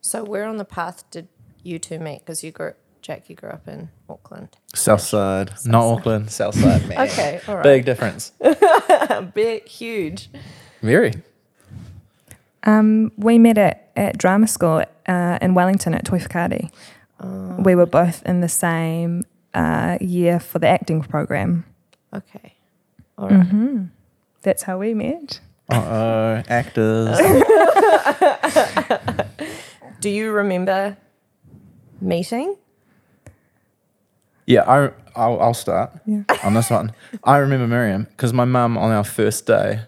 So where on the path did you two meet? Because you grew, Jack, you grew up in Auckland. South side, not Auckland, South side, man. Okay, all right. Big difference. A bit huge. Very. Um, we met at, at drama school uh, in Wellington at Toy Fakati. We were both in the same uh, year for the acting program. Mm-hmm. Okay, all Mm. right. That's how we met. Uh oh, actors. Do you remember meeting? Yeah, I, I'll, I'll start Yeah. on this one. I remember Miriam because my mum on our first day,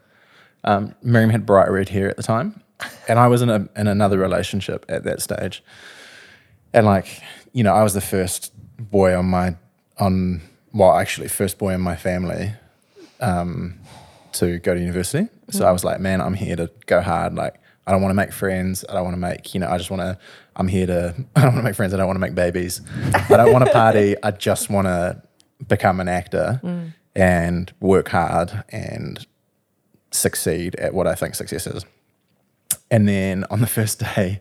um, Miriam had bright red hair at the time, and I was in a, in another relationship at that stage, and like you know, I was the first boy on my on well, actually first boy in my family, um, to go to university. So I was like, man, I'm here to go hard. Like, I don't want to make friends. I don't want to make, you know, I just want to, I'm here to, I don't want to make friends. I don't want to make babies. I don't want to party. I just want to become an actor and work hard and succeed at what I think success is. And then on the first day,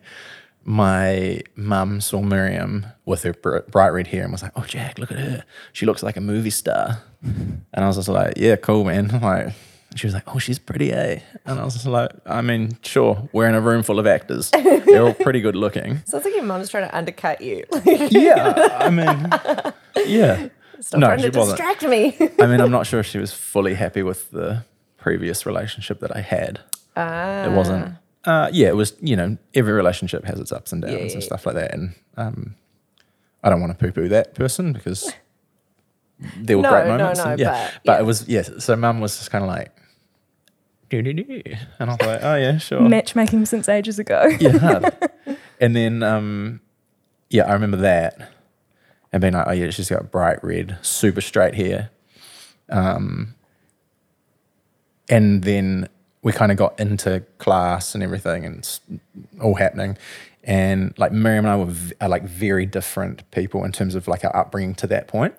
my mum saw Miriam with her br- bright red hair and was like, "Oh, Jack, look at her. She looks like a movie star." And I was just like, "Yeah, cool, man." Like, she was like, "Oh, she's pretty, eh?" And I was just like, "I mean, sure. We're in a room full of actors. They're all pretty good looking." Sounds like your mum's trying to undercut you. Yeah, I mean, yeah. Stop No, trying to she wasn't. distract me. I mean, I'm not sure if she was fully happy with the previous relationship that I had. ah, it wasn't uh, yeah it was you know every relationship has its ups and downs Yeah, yeah, and stuff like that and um, i don't want to poo-poo that person because there were No, great no, moments no, and- yeah. but- yeah. it was yes so mum was just kind of like "Do-do-do." and i was like oh yeah sure Matchmaking since ages ago. yeah hard. and then um, yeah i remember that and being like oh yeah she's got bright red super straight hair um, and then we kind of got into class and everything and it's all happening and like miriam and i were v- are like very different people in terms of like our upbringing to that point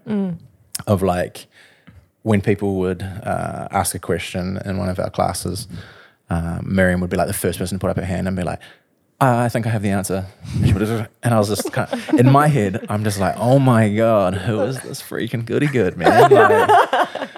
of like when people would uh, ask a question in one of our classes uh, miriam would be like the first person to put up her hand and be like I I think I have the answer. And she would just- and I was just kind of, in my head, I'm just like, oh my God, who is this freaking goody good, man? Like,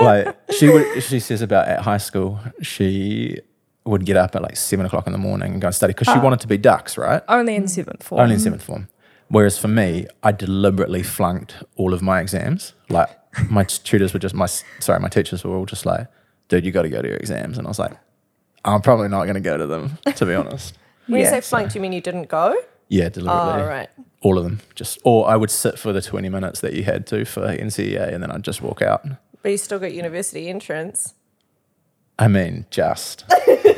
like she would she says about at high school she would get up at like seven o'clock in the morning and go and study because she wanted to be ducks right Only in seventh form. only in seventh form whereas for me i deliberately flunked all of my exams like my tutors were just my sorry my teachers were all just like dude you got to go to your exams and i was like i'm probably not going to go to them to be honest when you Yeah, say flunked, you mean you didn't go? yeah deliberately Oh, right. all of them just or i would sit for the 20 minutes that you had to for ncea and then i'd just walk out But you still got university entrance. i mean just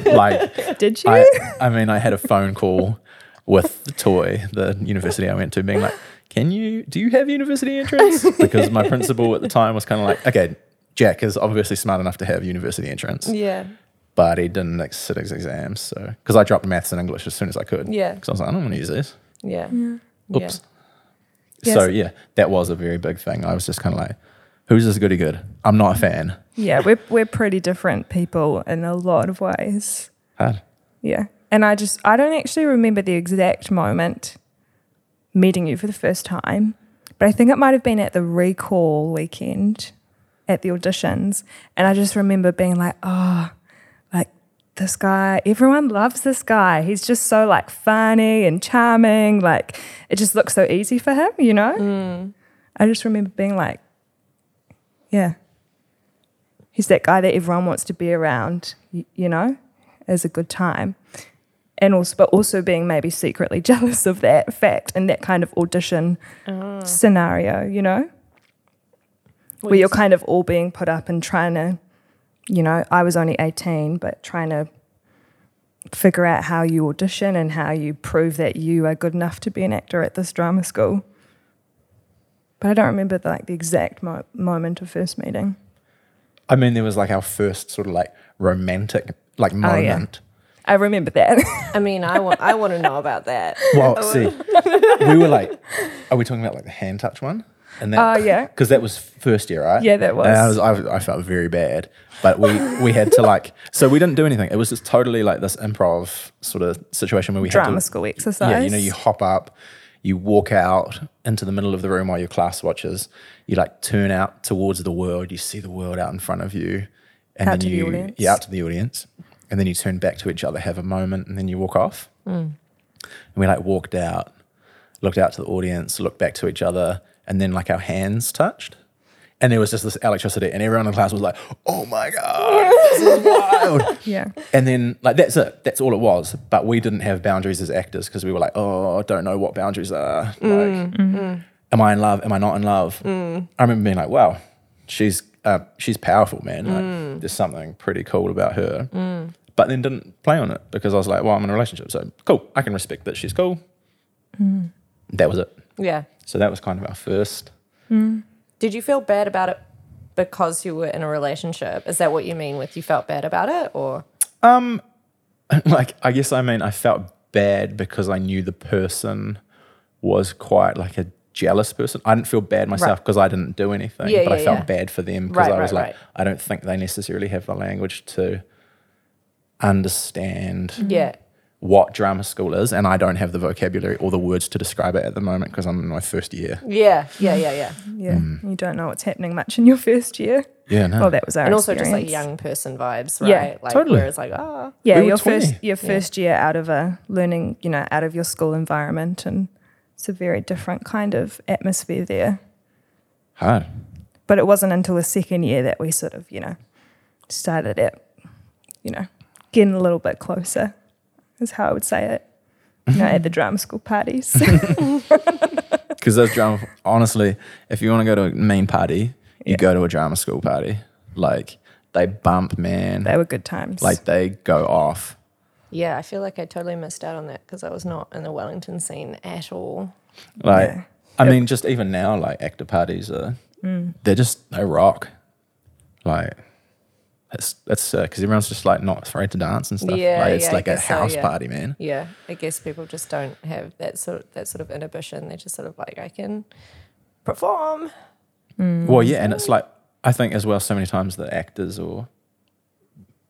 like Did you? I, I mean, I had a phone call with the toy, the university I went to, being like, "Can you? Do you have university entrance?" Because my principal at the time was kind of like, "Okay, Jack is obviously smart enough to have university entrance, Yeah. but he didn't like, sit his exams." So, because I dropped maths and English as soon as I could, Yeah. because I was like, "I don't want to use this." Yeah. Oops. Yes. So yeah, that was a very big thing. I was just kind of like, "Who's this goody good? I'm not a fan." yeah, we're, we're pretty different people in a lot of ways. Hard. Yeah. And I just, I don't actually remember the exact moment meeting you for the first time, but I think it might have been at the recall weekend at the auditions. And I just remember being like, oh, like this guy, everyone loves this guy. He's just so like funny and charming. Like it just looks so easy for him, you know? I just remember being like, yeah. He's that guy that everyone wants to be around, y- you know, as a good time. And also, but also being maybe secretly jealous of that fact and that kind of audition scenario, you know, where you're kind of all being put up and trying to, you know, I was only 18, but trying to figure out how you audition and how you prove that you are good enough to be an actor at this drama school. But I don't remember like the exact mo- moment of first meeting. I mean, there was like our first sort of like romantic like yeah. moment. I remember that. I mean, I want I want to know about that. Oh, Well, see, we were like, are we talking about like the hand touch one? And Oh, yeah. because that was first year, right? Yeah, that was. And I was, I, I felt very bad, but we we had to like, so we didn't do anything. It was just totally like this improv sort of situation where we had Drama to, school exercise. yeah, you know, you hop up, you walk out into the middle of the room while your class watches. You like turn out towards the world. You see the world out in front of you, and Out then to the you audience. yeah out to the audience, and then you turn back to each other, have a moment, and then you walk off. And we like walked out, looked out to the audience, looked back to each other, and then like our hands touched. And there was just this electricity, and everyone in the class was like, "Oh my god, this is wild!" yeah. And then, like, that's it. That's all it was. But we didn't have boundaries as actors because we were like, oh, I don't know what boundaries are. Like, am I in love? Am I not in love? I remember being like, wow, she's uh, she's powerful, man. Like, there's something pretty cool about her. But then didn't play on it because I was like, well, I'm in a relationship, so cool. I can respect that she's cool. That was it. Yeah. So that was kind of our first. Did you feel bad about it because you were in a relationship? Is that what you mean with you felt bad about it or like I guess I mean I felt bad because I knew the person was quite like a jealous person. I didn't feel bad myself Right. because I didn't do anything, Yeah, but I yeah, felt yeah. bad for them because Right, I was right, like right. I don't think they necessarily have the language to understand Mm-hmm. yeah. what drama school is and I don't have the vocabulary or the words to describe it at the moment because I'm in my first year. Yeah. Yeah, yeah, yeah. Yeah. You don't know what's happening much in your first year. Yeah, no. Well, that was our And also just like experience. young person vibes, right? Yeah, like totally. where it's like, ah, Yeah, We were your 20. first your first year out of a learning, you know, out of your school environment, and it's a very different kind of atmosphere there. Hard. But it wasn't until the second year that we sort of, you know, started it, you know, getting a little bit closer, is how I would say it. You know, at the drama school parties. Because those drama, honestly, if you want to go to a main party, you go Yeah. to a drama school party. Like they bump, man. they were good times. like they go off. yeah, I feel like I totally missed out on that because I was not in the Wellington scene at all. Like Yeah. I mean, just even now, like actor parties are Mm. they're just they rock. Like that's that's because everyone's just like not afraid to dance and stuff. Yeah, like, it's yeah, I like a guess so, house yeah. party, man. Yeah, I guess people just don't have that sort that sort of inhibition. They're just sort of like, I can perform. Mm. Well, yeah, and it's like I think as well, so many times that actors or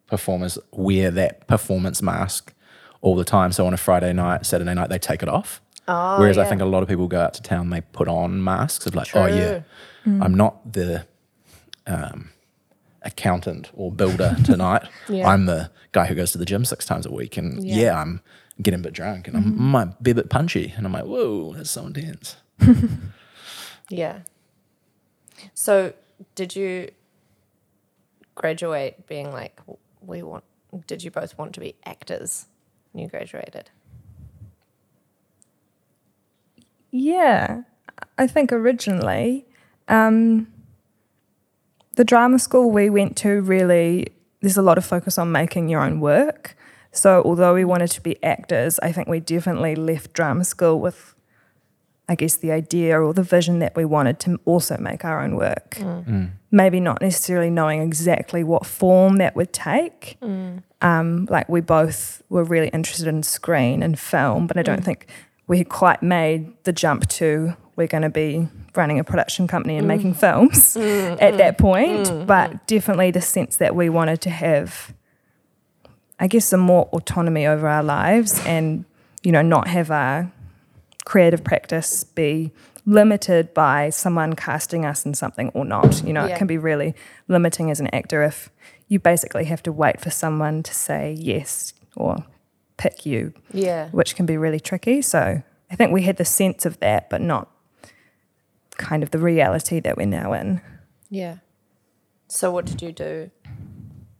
performers wear that performance mask all the time. So on a Friday night, Saturday night, they take it off. Oh, Whereas I yeah. think a lot of people go out to town, they put on masks of like, oh yeah, Mm. I'm not the um, accountant or builder tonight. Yeah. I'm the guy who goes to the gym six times a week, and Yeah. Mm-hmm. yeah, I'm getting a bit drunk, and I might be a bit punchy, and I'm like, whoa, that's so intense. Yeah. So, did you graduate being like, we want, did you both want to be actors when you graduated? Yeah, I think originally, um, the drama school we went to really, there's a lot of focus on making your own work. So, although we wanted to be actors, I think we definitely left drama school with, I guess, the idea or the vision that we wanted to also make our own work. Maybe not necessarily knowing exactly what form that would take. Um, like, we both were really interested in screen and film, but I don't think we had quite made the jump to we're going to be running a production company and making films at that point, but definitely the sense that we wanted to have, I guess, some more autonomy over our lives and, you know, not have our creative practice be limited by someone casting us in something or not. You know, Yeah. it can be really limiting as an actor if you basically have to wait for someone to say yes or pick you Yeah. which can be really tricky. So I think we had the sense of that, but not kind of the reality that we're now in. Yeah. So, what did you do?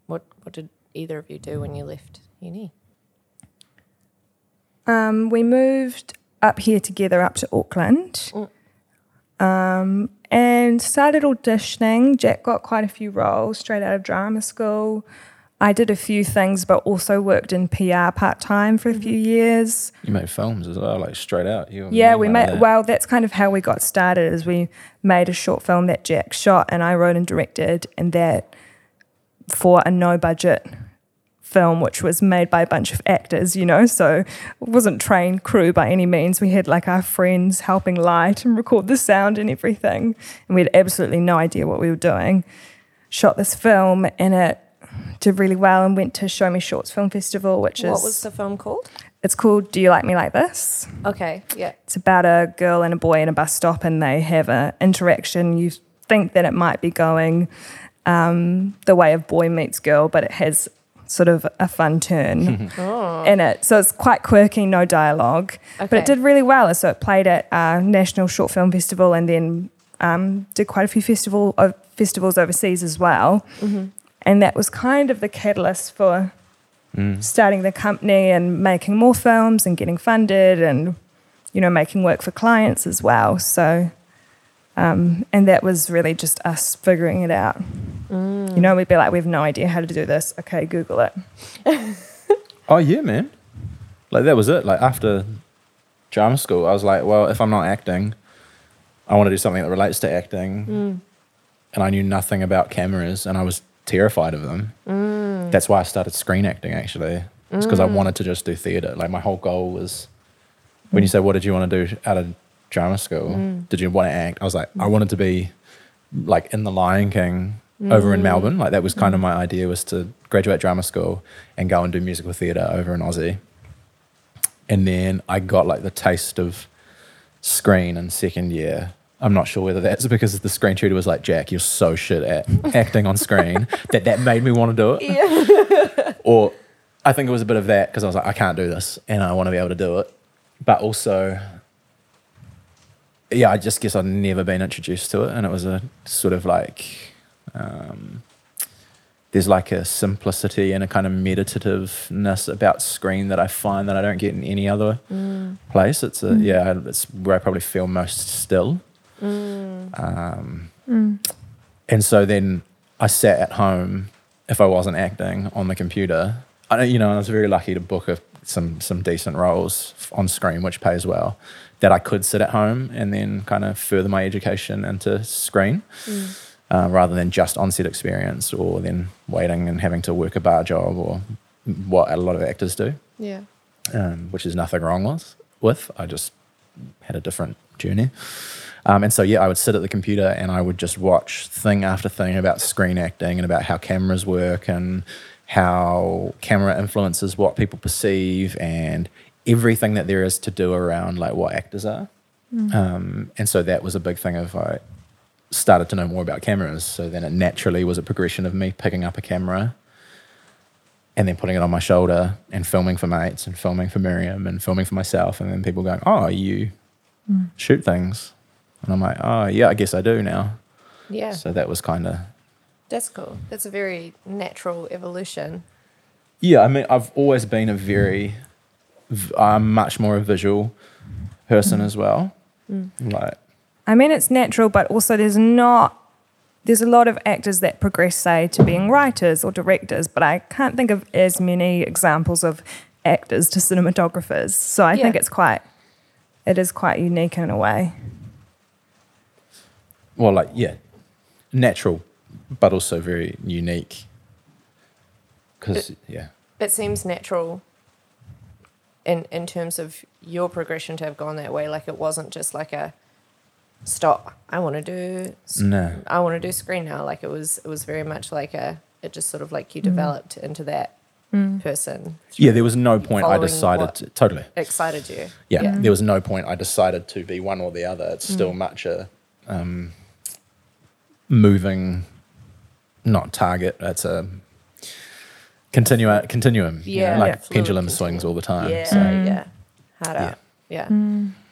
What What did either of you do when you left uni? Um, we moved up here together, up to Auckland, um, and started auditioning. Jack got quite a few roles straight out of drama school. I did a few things, but also worked in PR part time for a few years. You made films as well, like straight out. You were Yeah, mean we like made. that. Well, that's kind of how we got started. Is we made a short film that Jack shot, and I wrote and directed, and that for a no budget film, which was made by a bunch of actors, you know, so it wasn't trained crew by any means. We had like our friends helping light and record the sound and everything. And we had absolutely no idea what we were doing. Shot this film and it did really well and went to Show Me Shorts Film Festival, which is What was the film called? it's called Do You Like Me Like This? Okay, yeah. It's about a girl and a boy in a bus stop, and they have a interaction. You think that it might be going um, the way of boy meets girl, but it has sort of a fun turn in it. So it's quite quirky, no dialogue, but Okay. it did really well. So it played at uh, National Short Film Festival, and then um, did quite a few festival uh, festivals overseas as well. Mm-hmm. And that was kind of the catalyst for starting the company and making more films and getting funded and you know making work for clients as well so um, and that was really just us figuring it out you know we'd be like we have no idea how to do this okay google it Oh yeah, man. Like that was it. Like after drama school, I was like, well, if I'm not acting, I want to do something that relates to acting. And I knew nothing about cameras, and I was terrified of them. That's why I started screen acting. Actually, it's because I wanted to just do theater. Like my whole goal was, when you said, "What did you want to do out of drama school? Did you want to act?" I was like, I wanted to be like in the Lion King over in Melbourne. Like that was kind of my idea was to graduate drama school and go and do musical theatre over in Aussie. And then I got like the taste of screen in second year. I'm not sure whether that's because the screen tutor was like, Jack, you're so shit at acting on screen that that made me want to do it. or I think it was a bit of that because I was like, I can't do this and I want to be able to do it. But also, yeah, I just guess I'd never been introduced to it, and it was a sort of like um, there's like a simplicity and a kind of meditativeness about screen that I find that I don't get in any other place. It's a yeah, I- it's where I probably feel most still. Um, And so then I sat at home if I wasn't acting on the computer. I don't- you know, I was very lucky to book a, some some decent roles f- on screen, which pays well. That I could sit at home and then kind of further my education into screen, uh, rather than just on-set experience or then waiting and having to work a bar job or what a lot of actors do Yeah. um, which is nothing wrong with. With I just had a different journey, um, and so yeah, I would sit at the computer and I would just watch thing after thing about screen acting and about how cameras work and how camera influences what people perceive and everything that there is to do around like what actors are. Um, and so that was a big thing of I started to know more about cameras. So then it naturally was a progression of me picking up a camera and then putting it on my shoulder and filming for mates and filming for Miriam and filming for myself. And then people going, Oh, you shoot things. And I'm like, Oh, yeah, I guess I do now. Yeah. So that was kind of, That's cool. That's a very natural evolution. yeah, I mean, I've always been a very, v- I'm much more a visual person as well. Mm. Like, i mean it's natural but also there's not there's a lot of actors that progress say to being writers or directors but i can't think of as many examples of actors to cinematographers so i Yeah. think it's quite it is quite unique in a way well, like, yeah, natural, but also very unique. Because, yeah. It seems natural in in terms of your progression to have gone that way. Like it wasn't just like a stop. I want to do. s- No. I want to do screen now. Like it was. It was very much like a. It just sort of like you developed into that person. Yeah, there was no point I Following decided what- to, totally. Excited you. yeah, there was no point I decided to be one or the other. It's Mm. still much a um, moving, not target. It's a continua- continuum. you know, Yeah. like Yeah. Fluid pendulum continuum. swings all the time. Yeah, Mm. So yeah, hard Yeah. up. Yeah.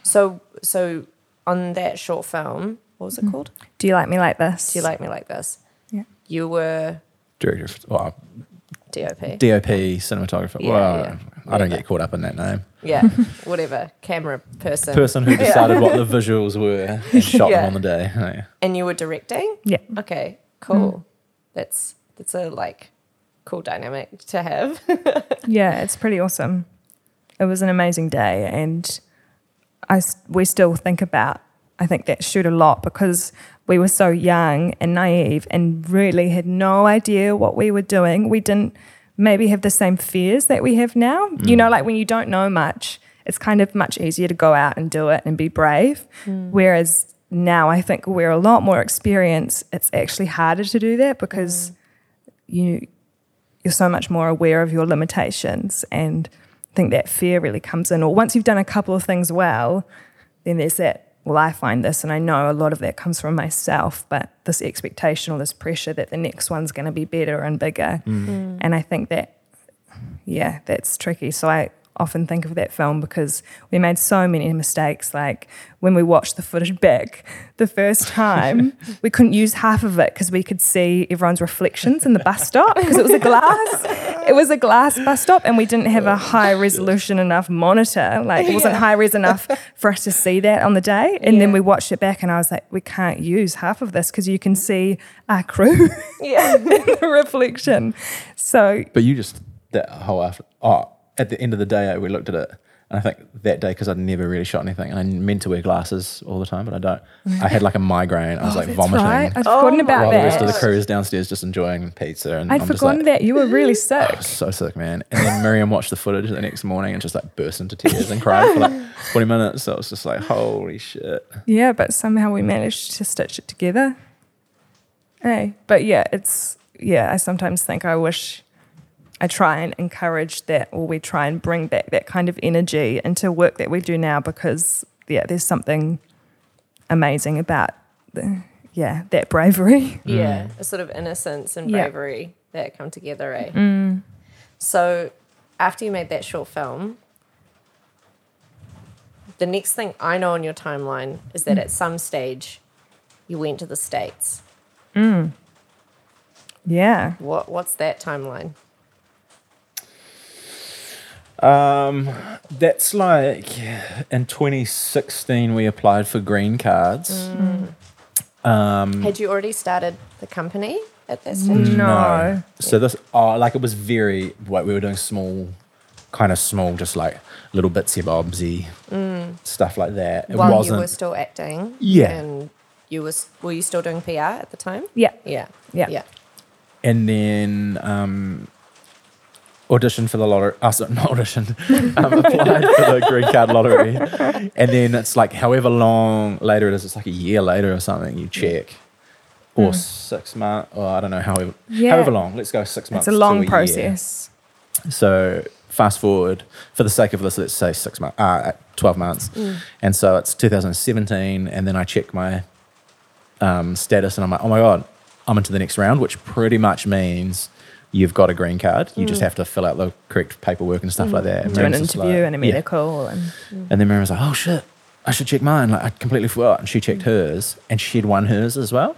So, so on that short film, what was it called? do you like me like this Do you like me like this? Yeah. You were director, of, well, DOP. DOP, cinematographer. Yeah, well, yeah. I don't Yeah. get caught up in that name. yeah, whatever. Camera person. Person who decided what the visuals were and shot Yeah. them on the day. Oh, Yeah. And you were directing. Hmm. yeah Okay, cool. That's that's a like cool dynamic to have. Yeah, it's pretty awesome. It was an amazing day, and I s- we still think about I think that shoot a lot because we were so young and naive and really had no idea what we were doing. We didn't maybe have the same fears that we have now. You know, like when you don't know much, it's kind of much easier to go out and do it and be brave. Whereas now I think we're a lot more experienced. It's actually harder to do that because you you're so much more aware of your limitations and I think that fear really comes in. Or once you've done a couple of things well, then there's that, well, I find this and I know a lot of that comes from myself, but this expectation or this pressure that the next one's gonna be better and bigger. And I think that yeah, that's tricky. So I often think of that film because we made so many mistakes. Like when we watched the footage back the first time, we couldn't use half of it because we could see everyone's reflections in the bus stop because it was a glass. it was a glass bus stop, and we didn't have a high resolution enough monitor. Like it wasn't high res enough for us to see that on the day. And then Yeah. we watched it back, and I was like, we can't use half of this because you can see our crew Yeah. in the reflection. So But you just that whole after. Oh, at the end of the day, we looked at it, and I think that day because I'd never really shot anything, and I meant to wear glasses all the time, but I don't. I had like a migraine. I was like That's vomiting. right. I'd Oh forgotten my about While the rest of that. the crew is downstairs just enjoying pizza, and I'd am forgotten just like, that you were really sick. "Oh, so sick, man. And then Miriam watched the footage the next morning and just like burst into tears and cried for like 40 minutes. So it was just like, holy shit. Yeah, but somehow we managed to stitch it together. Hey, but yeah, it's yeah. I sometimes think I wish I try and encourage that, or we try and bring back that kind of energy into work that we do now because yeah, there's something amazing about the, yeah that bravery. Yeah. A sort of innocence and Yeah. bravery that come together, eh? So after you made that short film, the next thing I know on your timeline is that at some stage you went to the States. Yeah, What what's that timeline? Um, that's like in 2016 we applied for green Mm. cards. Had you already started the company at that stage? No. So this, oh, like it was very like we were doing small, kind of small, just like little bitsy bobsy stuff like that. It While wasn't. you were still acting. Yeah. And you was were you still doing PR at the time? yeah, Yeah. Yeah. Yeah. and then um, auditioned for the lottery. Oh, sorry, not auditioned. Um, applied for the green card lottery, and then it's like however long later it is, it's like a year later or something. You check, or six months, or I don't know. However, Hmm. Yeah. however long. Let's go six months. it's a to long year. process. So fast forward for the sake of this, let's say six months, uh, twelve months, Mm. and so it's 2017, and then I check my um, status, and I'm like, oh my god, I'm into the next round, which pretty much means you've got a green card. You just have to fill out the correct paperwork and stuff like that. And Mm. Do an Miriam's just interview like- and a Yeah. medical and. And then Miriam was like, oh shit, I should check mine. Like I completely forgot, and she checked Mm. hers, and she'd won hers as well,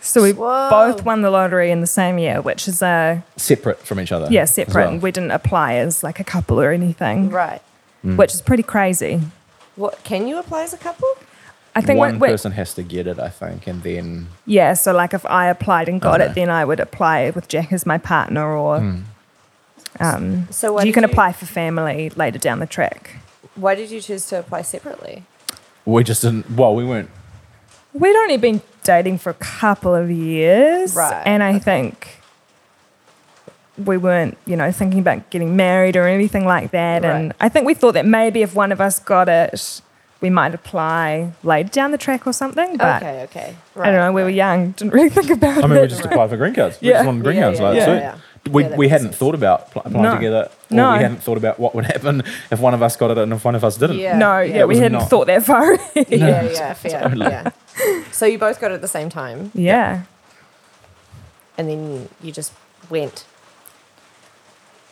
So we Whoa. both won the lottery in the same year, which is a separate from each other. yeah as separate. well. and We didn't apply as like a couple or anything, Right. Mm. which is pretty crazy. What can you apply as a couple? I one think when, when- person has to get it, I think, and then yeah. So like if I applied and got Okay. Mm. it, then I would apply with Jack as my partner, or um, So why you did can apply for family later down the track. Why did you choose to apply separately? we just didn't. Well, we weren't We'd only been dating for a couple of years. Right, And I think we weren't, you know, thinking about getting married or anything like that. Right. And I think we thought that maybe if one of us got it, we might apply later down the track or something. But okay, okay. I don't know, we were young, didn't really think about I it. mean, we just Right. applied for green cards. We Yeah. just wanted green Yeah, cards. yeah, like, yeah, so yeah. We, Yeah, that we makes hadn't sense. thought about pl- applying No. together. Or No. We hadn't thought about what would happen if one of us got it and if one of us didn't. Yeah. no, yeah, yeah, it we was hadn't not- thought that far ahead. Yeah, Yeah. yeah, fair. Yeah. So you both got it at the same time, Yeah. and then you just went.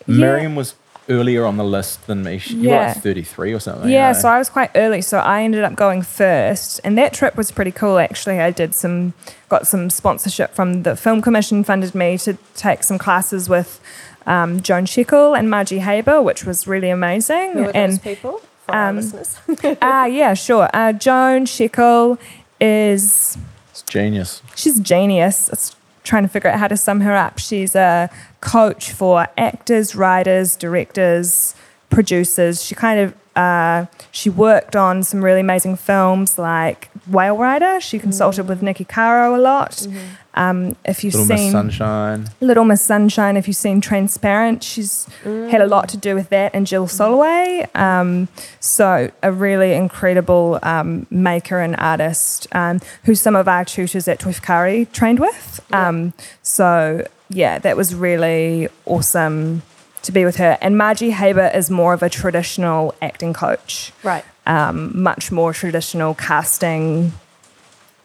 Miriam was earlier on the list than me. She, You were like Yeah. 33 or something. Yeah, you know? so I was quite early, so I ended up going first, and that trip was pretty cool. Actually, I did some, got some sponsorship from the Film Commission, funded me to take some classes with um, Joan Shekel and Margie Haber, which was really amazing. Who are and those people? For our um, listeners. ah, yeah, sure. Uh, Joan Shekel is It's genius. she's genius. It's trying to figure out how to sum her up. She's a coach for actors, writers, directors, producers. She kind of Uh, she worked on some really amazing films like Whale Rider. She consulted with Nikki Caro a lot. Um, if you've Little seen Miss Sunshine. Little Miss Sunshine, if you've seen Transparent, she's had a lot to do with that, and Jill Soloway. Um, so, a really incredible um, maker and artist um, who some of our tutors at Twifkari trained with. Um, so, yeah, that was really awesome to be with her. And Margie Haber is more of a traditional acting coach, Right. um, much more traditional casting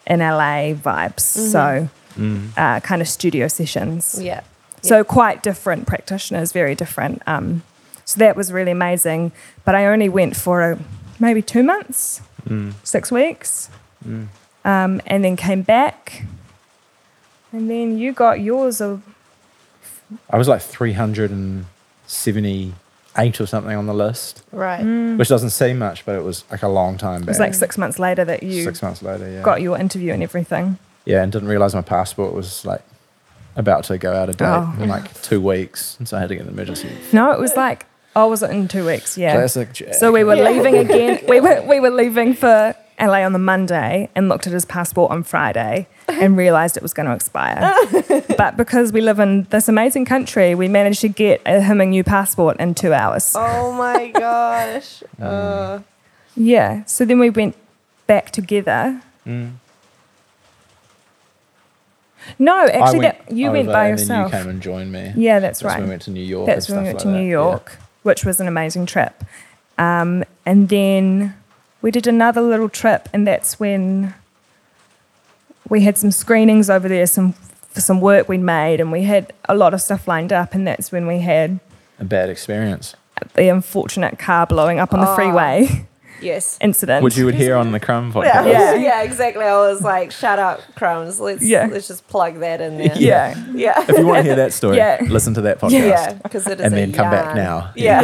in LA vibes. So, Mm, uh, kind of studio sessions. Yeah. So quite different practitioners, very different. Um, so that was really amazing. But I only went for uh maybe two months, mm. six weeks, um, and then came back. And then you got yours. Of, I was like 378 or something on the list, Right. Mm. which doesn't seem much, but it was like a long time it back. was like six months later that you Six months later, yeah. got your interview and everything. Yeah, and didn't realize my passport was like about to go out of date Oh. in like two weeks. And so I had to get an emergency. No, it was like, oh, was it in two weeks? Yeah. Classic Jack. So we were Yeah. leaving again. We were we were leaving for LA on the Monday and looked at his passport on Friday and realized it was going to expire. but because we live in this amazing country, we managed to get uh, him a new passport in two hours. Oh my gosh. Mm. Uh, Yeah. So then we went back together. Mm. No, I actually, went that, you over went by and yourself. Then you came and joined me. yeah, that's, That's right. when we went to New York. That's and when we went stuff to like New that, yeah. York, which was an amazing trip. Um, and then we did another little trip, and that's when we had some screenings over there, some for some work we'd made, and we had a lot of stuff lined up, and that's when we had A bad experience, the unfortunate car blowing up on the Oh. freeway yes. incident. which you would hear on the Crumb podcast. Yeah, Yeah. yeah. exactly. I was like, shut up, crumbs. Let's Yeah. let's just plug that in there. yeah. Yeah. If you want to hear that story, Yeah. listen to that podcast. Yeah, because it is And a then come back yarn. now. Yeah.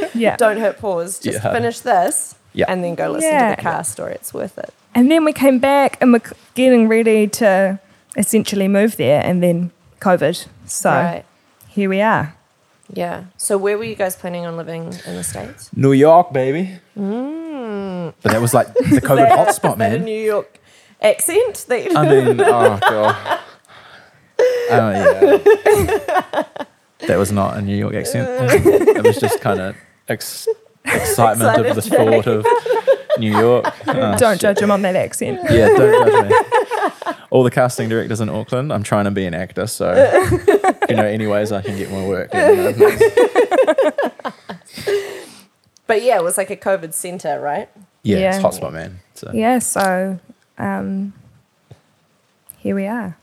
yeah. Don't hit pause. Just Yeah. finish this Yeah. and then go listen Yeah. to the car story. It's worth it. And then we came back and we're getting ready to essentially move there, and then COVID. So Right. here we are. Yeah. So where were you guys planning on living in the States? New York, baby. Hmm. But that was like the COVID hotspot, Is that a Oh, man. New York accent that you I mean, oh god. Oh yeah. that was not a New York accent. it was just kind of ex- excitement of the Excited. thought of New York. Oh, Don't shit. judge him on that accent. Yeah, don't judge me. All the casting directors in Auckland. I'm trying to be an actor, so you know, any ways I can get more work. let me know, please. But yeah, it was like a COVID center, right? Yeah, Yeah. it's hotspot, man. So Yeah, so um, here we are.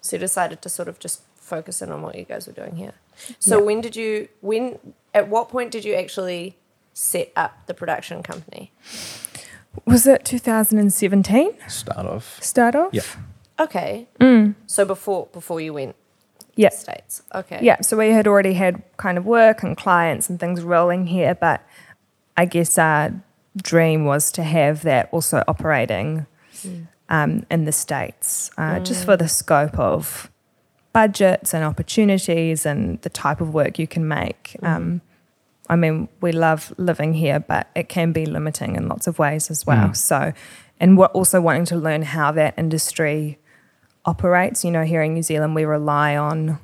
So you decided to sort of just focus in on what you guys were doing here. So when did you when at what point did you actually set up the production company? Was it 2017 start off. start off? Yeah. Okay. So before before you went Mm. Yeah. States. Okay. Yeah, so we had already had kind of work and clients and things rolling here, but I guess our dream was to have that also operating um, in the States, uh, just for the scope of budgets and opportunities and the type of work you can make. Um, I mean, we love living here, but it can be limiting in lots of ways as well. Mm. So, and we're also wanting to learn how that industry operates. You know, here in New Zealand, we rely on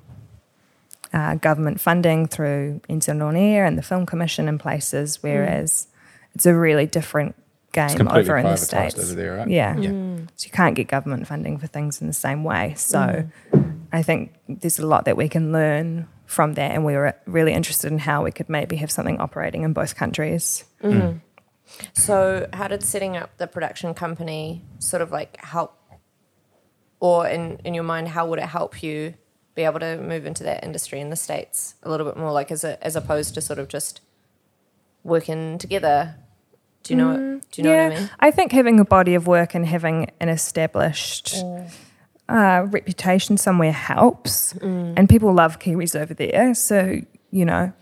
uh, government funding through Instant On Air and the Film Commission in places, whereas it's a really different Mm. It's game completely over in the privatized States. over there, right? Yeah. Yeah. Mm. So you can't get government funding for things in the same way. So Mm. I think there's a lot that we can learn from that. And we were really interested in how we could maybe have something operating in both countries. So how did setting up the production company sort of like help or in, in your mind, how would it help you be able to move into that industry in the States a little bit more like as a, as opposed to sort of just working together? Do you know do you know Mm. yeah. what I mean? think having a body of work and having an established uh, reputation somewhere helps. Mm. And people love Kiwis over there. So, you know,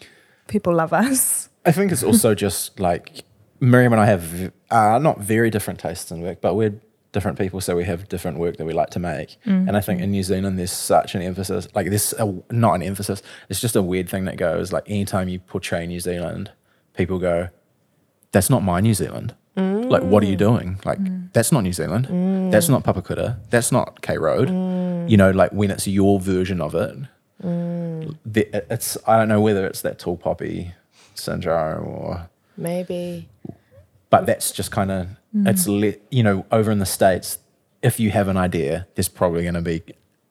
people love us. I think it's also just like Miriam and I have uh, not very different tastes in work, but we're different people, so we have different work that we like to make. And I think in New Zealand, there's such an emphasis like this, uh, not an emphasis, it's just a weird thing that goes like anytime you portray New Zealand, people go, that's not my New Zealand. Like, what are you doing? Like, that's not New Zealand. That's not Papakura. That's not K Road. You know, like when it's your version of it. The, it's I don't know whether it's that tall poppy syndrome or Maybe. but that's just kind of Mm. it's le- you know over in the states if you have an idea there's probably going to be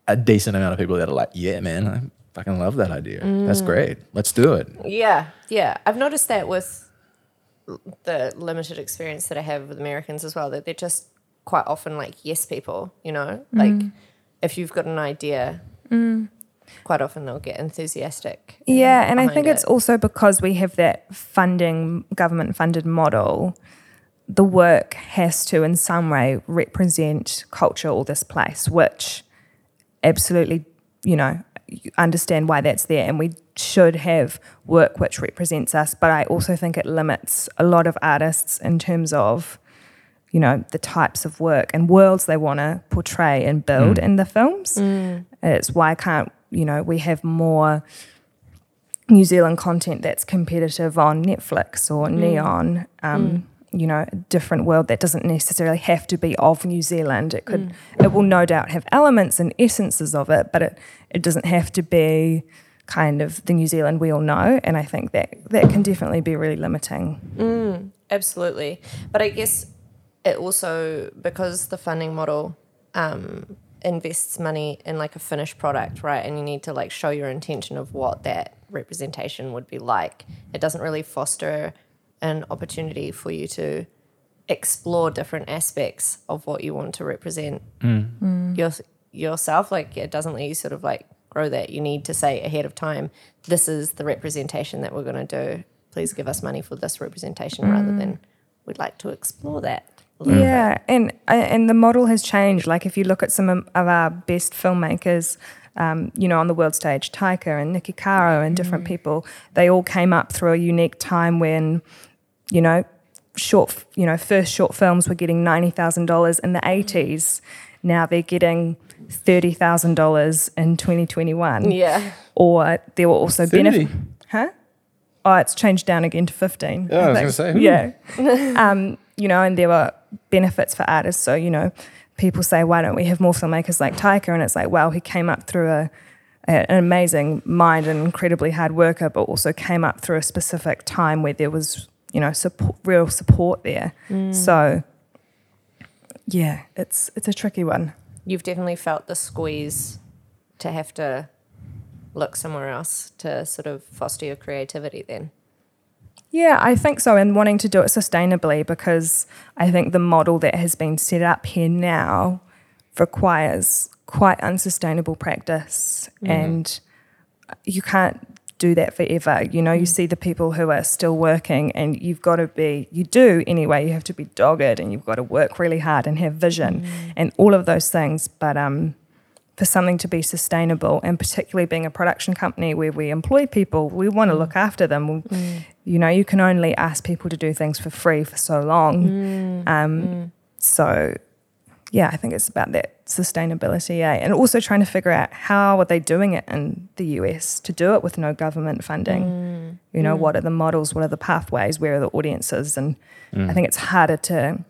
a decent amount of people that are like yeah man i fucking love that idea Mm. that's great let's do it Yeah, yeah. I've noticed that with l- the limited experience that I have with Americans as well, that they're just quite often like yes people, you know? Mm. Like if you've got an idea, quite often they'll get enthusiastic. Yeah, and I behind think it's it. also because we have that funding, government funded model, the work has to, in some way, represent culture or this place, which absolutely, you know, you understand why that's there. And we should have work which represents us. But I also think it limits a lot of artists in terms of, you know, the types of work and worlds they want to portray and build Mm. in the films. It's why can't, you know, we have more. New Zealand content that's competitive on Netflix or Neon. Um, You know, a different world that doesn't necessarily have to be of New Zealand. It could, it will no doubt have elements and essences of it, but it it doesn't have to be kind of the New Zealand we all know. And I think that that can definitely be really limiting. Absolutely. But I guess it also, because the funding model um, invests money in like a finished product, right? And you need to like show your intention of what that representation would be like. It doesn't really foster an opportunity for you to explore different aspects of what you want to represent your, yourself. Like it doesn't let you sort of like grow that. You need to say ahead of time, this is the representation that we're going to do. Please give us money for this representation rather than we'd like to explore that. a little bit." Yeah, and uh, and the model has changed. Like if you look at some of our best filmmakers, um, you know, on the world stage, Taika and Nikki Caro and different people, they all came up through a unique time when, you know, short, f- you know, first short films were getting ninety thousand dollars in the eighties. Now they're getting thirty thousand dollars in twenty twenty one. Yeah. Or there were also 30. benefits. Huh? Oh, it's changed down again to 15. Yeah, I was think. gonna say, hmm. Yeah. um, you know, and there were benefits for artists. So, you know, people say, why don't we have more filmmakers like Taika? And it's like, wow, he came up through a, a- an amazing mind and incredibly hard worker, but also came up through a specific time where there was, you know, support, real support there. So, yeah, it's it's a tricky one. You've definitely felt the squeeze to have to look somewhere else to sort of foster your creativity then. Yeah, I think so, and wanting to do it sustainably because I think the model that has been set up here now requires quite unsustainable practice, and you can't do that forever. You know, you see the people who are still working, and you've got to be, you do anyway, you have to be dogged and you've got to work really hard and have vision and all of those things. But, um, for something to be sustainable and particularly being a production company where we employ people we want to look after them We- you know you can only ask people to do things for free for so long um, so yeah i think it's about that sustainability eh? and also trying to figure out how are they doing it in the us to do it with no government funding you know what are the models what are the pathways where are the audiences and i think it's harder to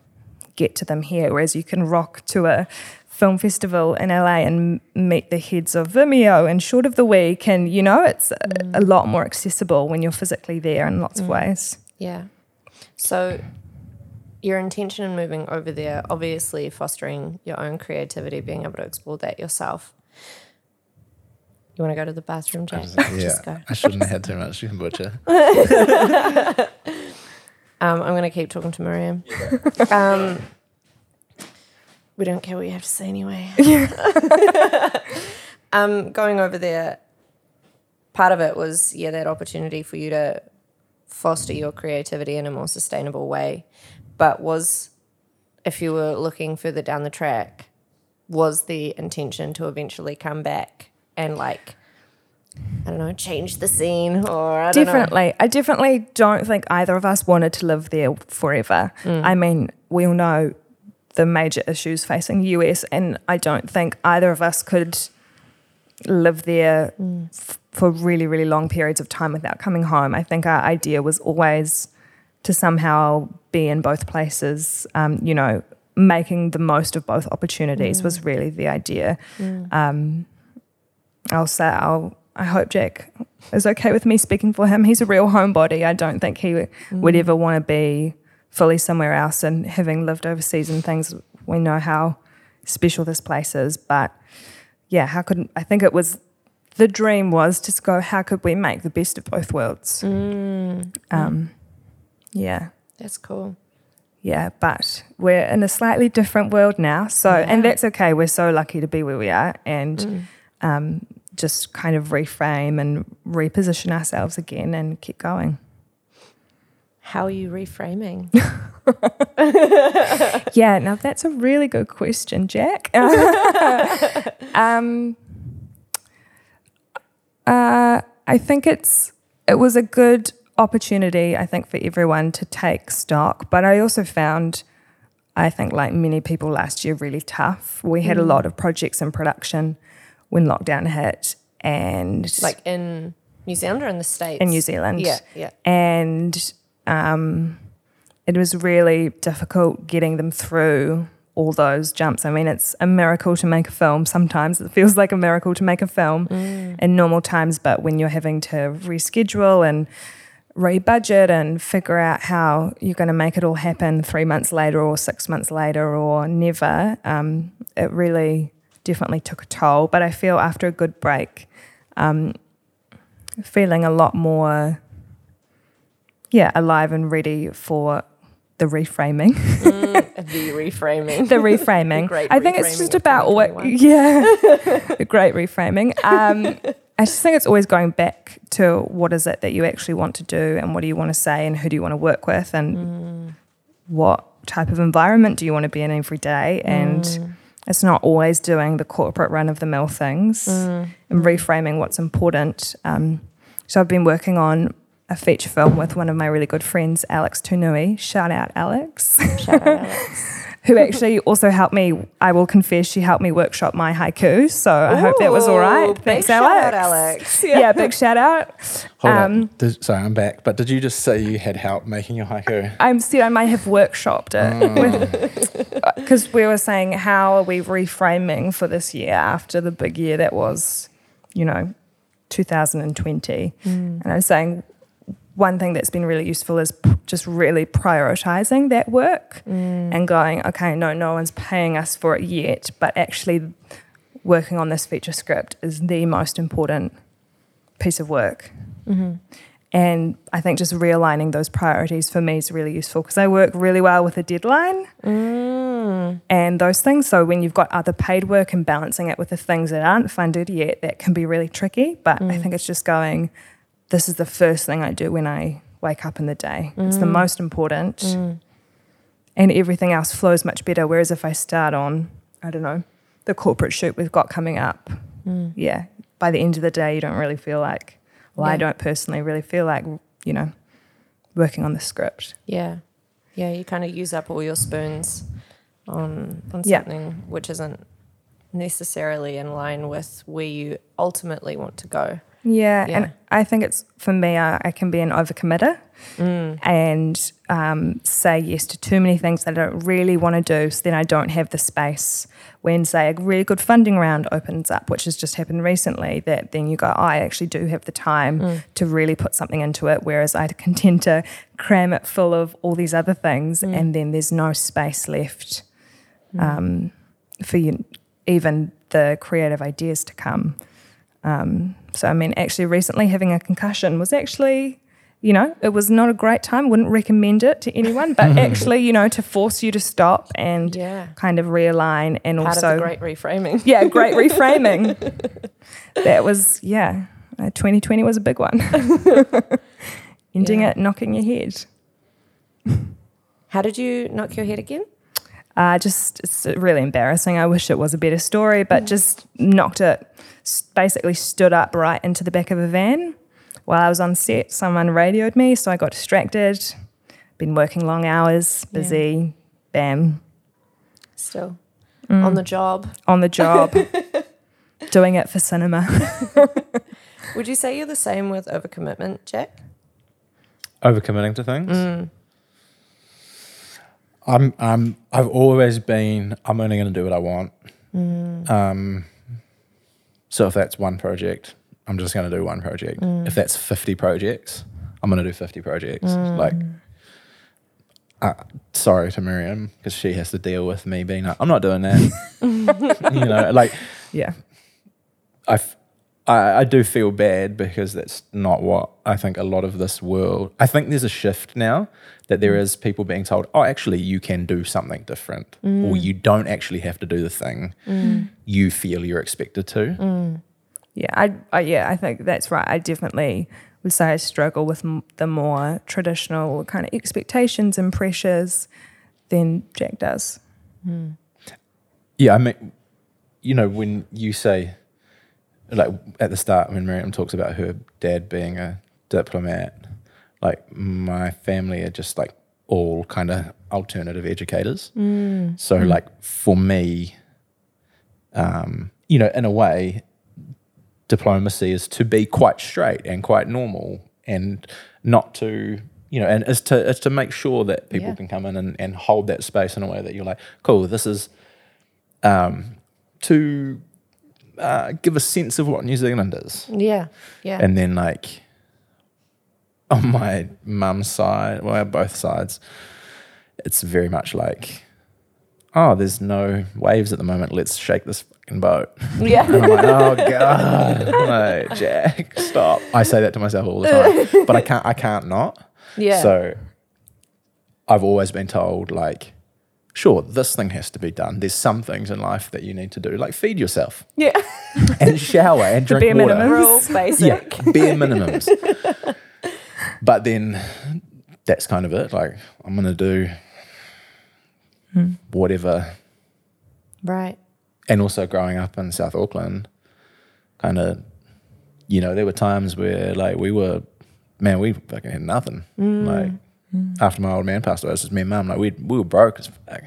get to them here whereas you can rock to a film festival in la and m- meet the heads of vimeo and short of the week and you know it's a, a lot more accessible when you're physically there in lots of ways Yeah. So your intention in moving over there, obviously fostering your own creativity, being able to explore that yourself. You want to go to the bathroom, Jack? Oh, Just go. yeah i shouldn't have had too much you can butcher Um, I'm going to keep talking to Miriam. um, we don't care what you have to say anyway. um, going over there, part of it was, yeah, that opportunity for you to foster your creativity in a more sustainable way. But was, if you were looking further down the track, was the intention to eventually come back and, like, I don't know, change the scene or I don't know. Definitely. I definitely don't think either of us wanted to live there forever. Mm. I mean, we all know the major issues facing the US, and I don't think either of us could live there Mm. f- for really, really long periods of time without coming home. I think our idea was always to somehow be in both places, um, you know, making the most of both Mm. opportunities was really the idea. Um, I'll say, I'll, I hope Jack is okay with me speaking for him. He's a real homebody. I don't think he would ever want to be fully somewhere else. And having lived overseas and things, we know how special this place is. But yeah, how could I think it was the dream was to go, how could we make the best of both worlds? Um, yeah Mm. That's cool. yeah, but we're in a slightly different world now. So, and that's okay. We're so lucky to be where we are Mm. and um, just kind of reframe and reposition ourselves again and keep going. How are you reframing? yeah, now that's a really good question, Jack. um, uh, I think it's it was a good opportunity, I think, for everyone to take stock. But I also found, I think, like many people last year, really tough. We had a lot of projects in production when lockdown hit, and like in New Zealand or in the States? in New Zealand Yeah, yeah. and um, it was really difficult getting them through all those jumps. I mean, it's a miracle to make a film. Sometimes it feels like a miracle to make a film in normal times, but when you're having to reschedule and rebudget and figure out how you're going to make it all happen three months later or six months later or never, um, it really definitely took a toll. But I feel after a good break, um, feeling a lot more yeah, alive and ready for the reframing. The reframing. the reframing. The great I think it's reframing just of about always, 2021. yeah, the great reframing. Um, I just think it's always going back to what is it that you actually want to do and what do you want to say and who do you want to work with and Mm. what type of environment do you want to be in every day Mm. and it's not always doing the corporate run of the mill things Mm. and reframing what's important. Um, so I've been working on a feature film with one of my really good friends, Alex Tunui. Shout out, Alex Shout out Alex. who actually also helped me. I will confess, she helped me workshop my haiku. So I hope that was all right. Ooh, big Thanks, shout Alex. out, Alex. Yeah. big shout out. Hold on. Um, Did, sorry, I'm back. But did you just say you had help making your haiku? I'm said I may have workshopped it because we were saying how are we reframing for this year after the big year that was, you know, 2020, and I was saying. One thing that's been really useful is p- just really prioritizing that work and going, okay, no, no one's paying us for it yet, but actually working on this feature script is the most important piece of work. And I think just realigning those priorities for me is really useful because I work really well with a deadline and those things. So when you've got other paid work and balancing it with the things that aren't funded yet, that can be really tricky. But I think it's just going, this is the first thing I do when I wake up in the day. It's the most important. And everything else flows much better. Whereas if I start on, I don't know, the corporate shoot we've got coming up, yeah, by the end of the day, you don't really feel like, well, I Yeah. don't personally really feel like, you know, working on the script. Yeah. Yeah, you kind of use up all your spoons on on Yeah. something which isn't necessarily in line with where you ultimately want to go. Yeah, Yeah. and I think it's for me. I, I can be an overcommitter and um, say yes to too many things that I don't really want to do. So then I don't have the space when, say, a really good funding round opens up, which has just happened recently. That then you go, "Oh, I actually do have the time to really put something into it. Whereas I can tend to cram it full of all these other things, and then there's no space left um, for you, even the creative ideas to come. Um, so, I mean, actually, recently having a concussion was actually, you know, it was not a great time. Wouldn't recommend it to anyone, but actually, you know, to force you to stop and Yeah. kind of realign and Part also, of the great reframing. yeah, great reframing. that was, yeah, uh, 2020 was a big one. Ending Yeah. it, knocking your head. How did you knock your head again? Uh, just it's really embarrassing. I wish it was a better story, but just knocked it, s- basically stood up right into the back of a van. While I was on set, someone radioed me, so I got distracted. Been working long hours, busy, bam, Still Mm. on the job. on the job, doing it for cinema. Would you say you're the same with overcommitment, Jack? Overcommitting to things? Mm. I'm I'm I've always been I'm only going to do what I want. Um, so if that's one project, I'm just going to do one project. If that's 50 projects, I'm going to do 50 projects. Like, uh, sorry to Miriam because she has to deal with me being like, I'm not doing that. you know, like Yeah. I, f- I- I do feel bad because that's not what I think a lot of this world. I think there's a shift now that there is people being told, oh, actually, you can do something different, or you don't actually have to do the thing you feel you're expected to. Yeah, I, I yeah, I think that's right. I definitely would say I struggle with m- the more traditional kind of expectations and pressures than Jack does. Yeah, I mean, you know, when you say, like at the start, when Miriam talks about her dad being a diplomat, like my family are just like all kind of alternative educators. So, like for me, um, you know, in a way, diplomacy is to be quite straight and quite normal and not to you know and is to is to make sure that people Yeah. can come in and, and hold that space in a way that you're like cool this is um to uh, give a sense of what new zealand is Yeah. Yeah. and then like on my mum's side, well, both sides, it's very much like, oh, there's no waves at the moment. Let's shake this fucking boat. Yeah. And I'm like, oh god, like, Jack, stop. I say that to myself all the time, but I can't. I can't not. yeah. So I've always been told, like, sure, this thing has to be done. There's some things in life that you need to do, like feed yourself Yeah, and shower and drink bare water. minimum. Real basic. Yeah, bare minimums. but then that's kind of it. Like, I'm going to do whatever. Right. And also growing up in South Auckland, kind of, you know, there were times where, like, we were, man, we fucking had nothing. Like, after my old man passed away, it was just me and mum. Like, we, we were broke as fuck.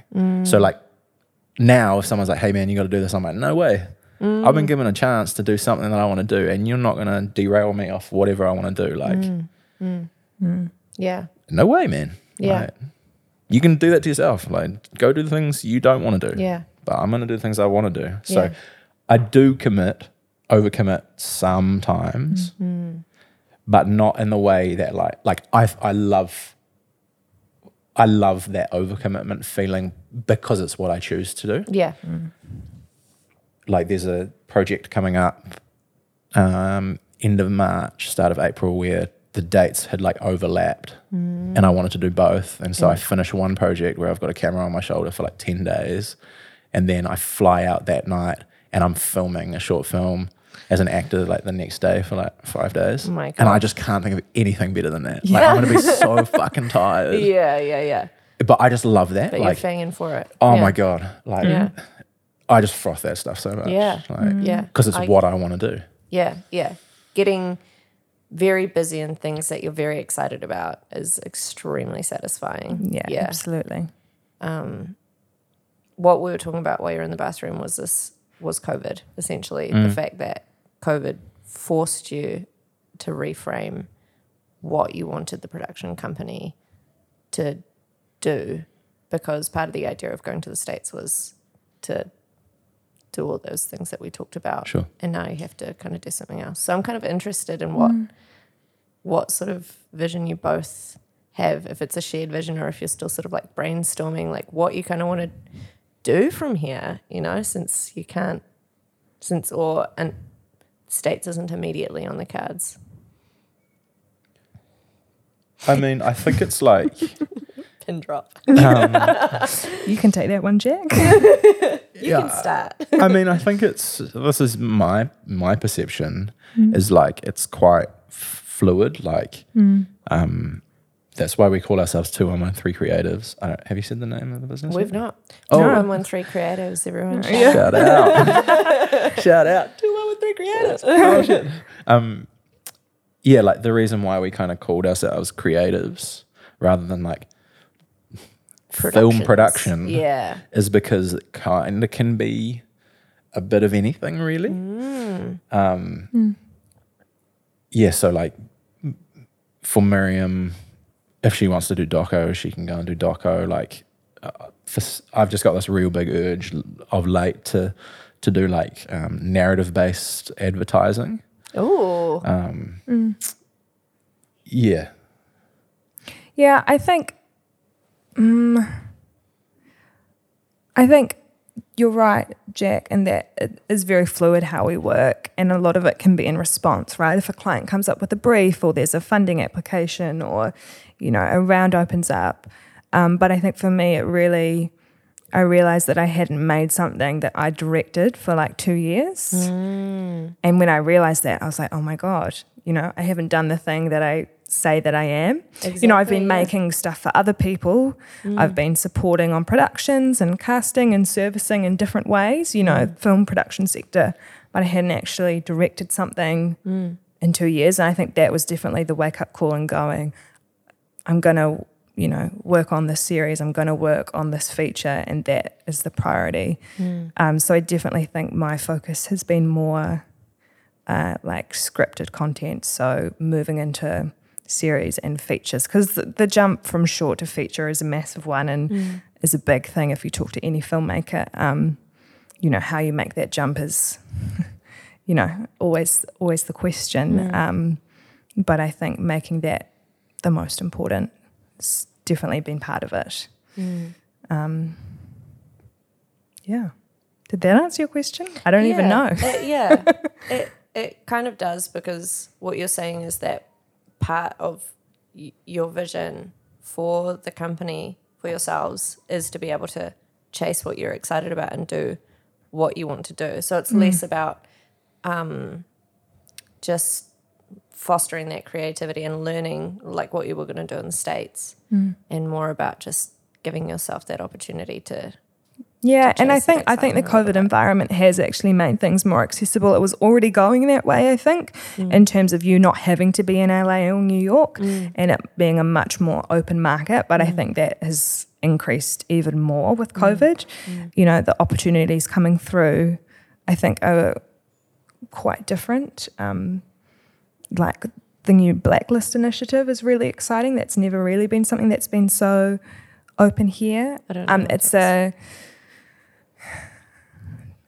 So, like, now if someone's like, hey, man, you got to do this, I'm like, no way. I've been given a chance to do something that I want to do, and you're not going to derail me off whatever I want to do. Like, Yeah. no way, man. Yeah. Like, you can do that to yourself. Like, go do the things you don't want to do. Yeah. But I'm going to do the things I want to do. So Yeah. I do commit, overcommit sometimes, Mm-hmm. but not in the way that like, like I, I love, I love that overcommitment feeling because it's what I choose to do Yeah. like there's a project coming up um, end of March, start of April, where the dates had like overlapped Mm. and I wanted to do both. And so I finished one project where I've got a camera on my shoulder for like 10 days. And then I fly out that night and I'm filming a short film as an actor like the next day for like five days. Oh My and I God. just can't think of anything better than that. Like I'm going to be so fucking tired. Yeah. Yeah. Yeah. But I just love that. But uh, like, you're fanging for it. oh Yeah. my God. Like, Yeah. I just froth that stuff so much. Yeah. Like, Yeah. because it's I- what I want to do. Yeah. Yeah. Getting very busy in things that you're very excited about is extremely satisfying. yeah, Mm-hmm. Yeah. absolutely. what we were talking about while you're in the bathroom was this was COVID essentially the fact that COVID forced you to reframe what you wanted the production company to do because part of the idea of going to the states was to do all those things that we talked about Sure. and now you have to kind of do something else so i'm kind of interested in what Mm. what sort of vision you both have if it's a shared vision or if you're still sort of like brainstorming like what you kind of want to do from here you know since you can't since or and states isn't immediately on the cards I mean, I think it's like pin drop um, You can take that one, Jack. you Yeah. can start I mean, I think it's this is my my perception Mm. is like it's quite f- fluid. Like, Mm. um, that's why we call ourselves two one one three creatives. I don't, have you said the name of the business? we've not Oh. oh one one three creatives everyone shout. Shout out! Shout out! Two one one three creatives. Oh shit! Um, yeah, like the reason why we kind of called ourselves creatives rather than like Productions. film production. yeah is because it kind of can be a bit of anything, really. Um, Yeah, so like m- for Miriam, if she wants to do doco, she can go and do doco. Like uh, for, s- I've just got this real big urge l- of late to to do like um, narrative based advertising. Ooh. Um, Yeah, Yeah, I think. Mm, I think you're right, Jack, in that it is very fluid how we work, and a lot of it can be in response, right? If a client comes up with a brief, or there's a funding application, or you know, a round opens up. Um, but I think for me, it really, I realized that I hadn't made something that I directed for like two years. And when I realized that, I was like, oh my God, you know, I haven't done the thing that I say that I am. you know, I've been Exactly, yeah. making stuff for other people, I've been supporting on productions and casting and servicing in different ways, you know, film production sector, but I hadn't actually directed something in two years. And I think that was definitely the wake up call and going, I'm going to, you know, work on this series. I'm going to work on this feature, and that is the priority. Mm. Um, so I definitely think my focus has been more uh, like scripted content. So moving into series and features because the, the jump from short to feature is a massive one and Mm. is a big thing if you talk to any filmmaker. Um, you know how you make that jump is, you know, always always the question. Um, but I think making that the most important. It's definitely been part of it. Mm. Um, yeah. Did that answer your question? I don't even Yeah, know. it- yeah, it it kind of does because what you're saying is that part of y- your vision for the company for yourselves is to be able to chase what you're excited about and do what you want to do. So Mm. it's less about um, just fostering that creativity and learning like what you were going to do in the states, Mm. and more about just giving yourself that opportunity to Yeah, and I chase the think I think excitement a the little COVID environment has actually made things more accessible. It was already going that way, I think, Mm. in terms of you not having to be in LA or New York and it being a much more open market. But I Mm. think that has increased even more with COVID. Mm. You know, the opportunities coming through, I think, are quite different. Um, like the new blacklist initiative is really exciting. That's never really been something that's been so open here. I don't know Um, what it's that a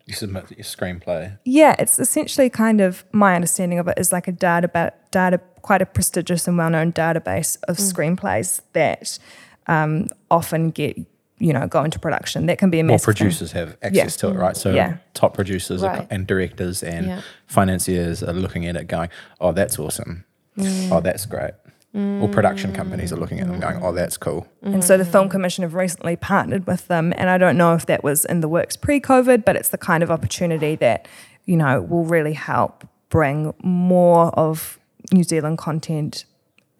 you submit your screenplay. Yeah, it's essentially kind of my understanding of it is like a data, data quite a prestigious and well known database of screenplays that um, often get you know go into production. That can be a More massive thing. producers have access to it, right? So Yeah. top producers are- Right. and directors and Yeah. financiers are looking at it, going, "Oh, that's awesome! Mm. Oh, that's great!" Or production companies are looking at them, going, "Oh, that's cool!" And so the Film Commission have recently partnered with them. And I don't know if that was in the works pre COVID, but it's the kind of opportunity that, you know, will really help bring more of New Zealand content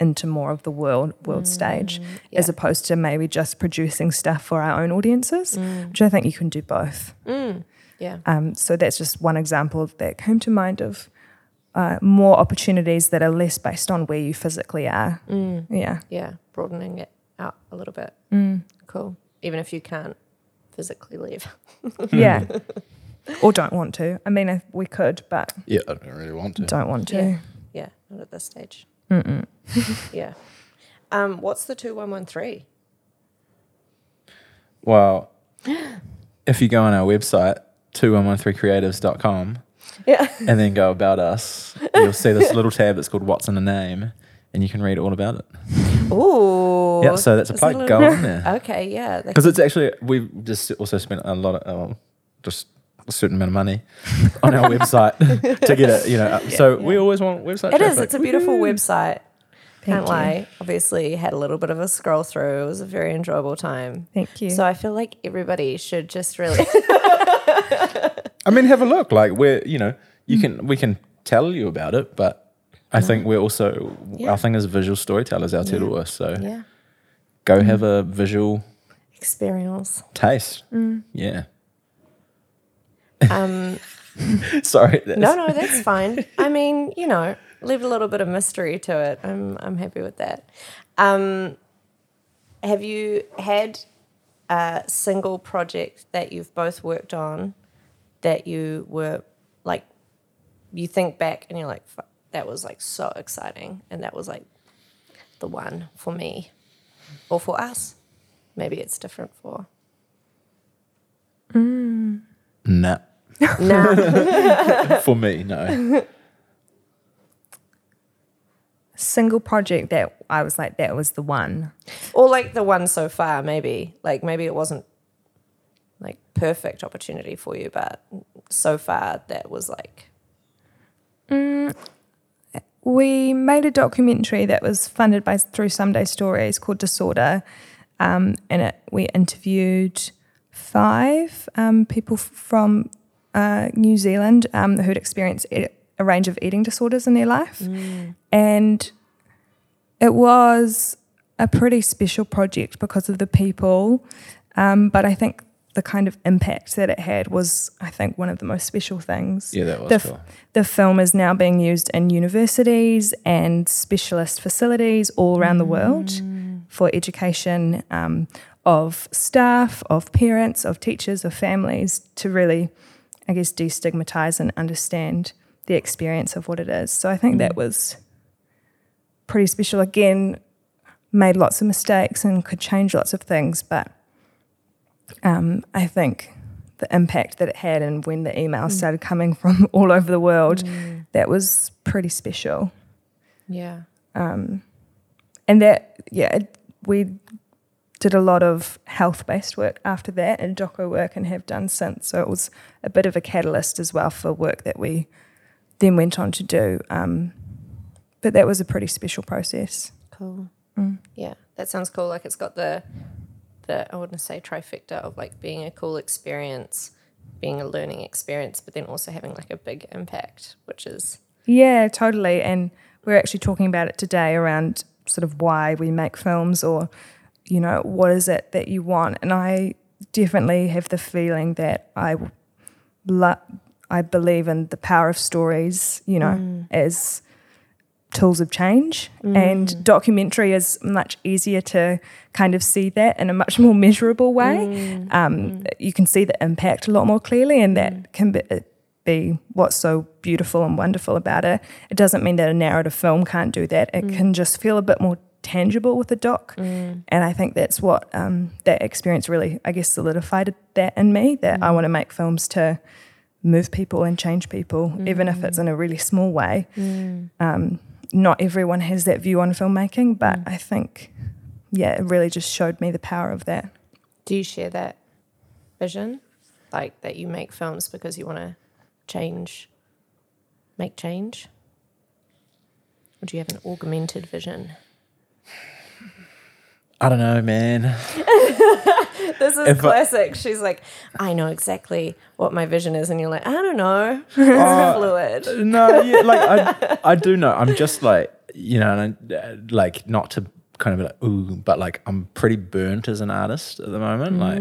into more of the world world stage as opposed to maybe just producing stuff for our own audiences which i think you can do both Mm. yeah. um, so that's just one example that came to mind of uh, more opportunities that are less based on where you physically are yeah yeah, broadening it out a little bit. Mm. Cool. Even if you can't physically leave. yeah or don't want to i mean I, we could but Yeah, I don't really want to. don't want to Yeah. Yeah, not at this stage. yeah. Um, what's the 2113? Well, if you go on our website, 2113creatives.com, Yeah. and then go about us, you'll see this little tab that's called What's in a Name, and you can read all about it. Ooh. Yeah, so that's a Is plug. it Go on there. Okay, yeah. they Because can- it's actually, we've just also spent a lot of, well, just a certain amount of money on our website to get it, you know. Up. so we always want website it is. traffic. It's a beautiful website. Thank Can't you. lie. Obviously, had a little bit of a scroll through. It was a very enjoyable time. thank you So I feel like everybody should just really. I mean, have a look. Like we're, you know, Mm. you can we can tell you about it, but I think we're also Yeah. our thing is visual storytellers. Our title was so yeah. Mm. go have a visual Experience. taste. Mm. Yeah. Um. Sorry. that's- No, no, that's fine. I mean, you know, leave a little bit of mystery to it. I'm I'm happy with that. Um, have you had a single project that you've both worked on that you were like, you think back and you're like, "Fuck, that was like so exciting, and that was like the one for me or for us? maybe it's different for. Nah. Nah. For me, no. Single project that I was like, that was the one. or like the one so far, maybe. Like maybe it wasn't like perfect opportunity for you, but so far that was like Mm, We made a documentary that was funded by through Someday Stories called Disorder, um, and it, we interviewed five um, people f- from uh, New Zealand um, who'd experienced e- a range of eating disorders in their life, and it was a pretty special project because of the people, um, but I think the kind of impact that it had was, I think, one of the most special things Yeah, that was The f- cool. the film is now being used in universities and specialist facilities all around the world for education um, of staff, of parents, of teachers, of families to really, I guess, destigmatize and understand the experience of what it is. So I think that was pretty special. Again, made lots of mistakes and could change lots of things, but um, I think the impact that it had and when the emails started coming from all over the world, that was pretty special. yeah. And that, yeah, it, we did a lot of health based work after that and doco work and have done since. So it was a bit of a catalyst as well for work that we then went on to do. Um, but that was a pretty special process. Cool. Yeah, that sounds cool. Like it's got the the I wouldn't say trifecta of like being a cool experience, being a learning experience, but then also having like a big impact, which is Yeah, totally. And we're actually talking about it today around sort of why we make films or, you know, what is it that you want. And I definitely have the feeling that I lo- I believe in the power of stories, you know, as tools of change. And documentary is much easier to kind of see that in a much more measurable way. Um, You can see the impact a lot more clearly, and that can be, be what's so beautiful and wonderful about it. It doesn't mean that a narrative film can't do that, it can just feel a bit more tangible with a doc. And I think that's what um, that experience really, I guess, solidified that in me that I want to make films to move people and change people, even if it's in a really small way. Um, not everyone has that view on filmmaking, but I think, yeah, it really just showed me the power of that. do you share that vision? Like that you make films because you want to change make change? Or do you have an augmented vision? I don't know, man. This is If I- classic. She's like, I know exactly what my vision is, and you're like, I don't know. It's Oh. fluid. No, yeah, like I, I do know. I'm just like you know, and I, uh, like not to kind of be like ooh, but like I'm pretty burnt as an artist at the moment. Like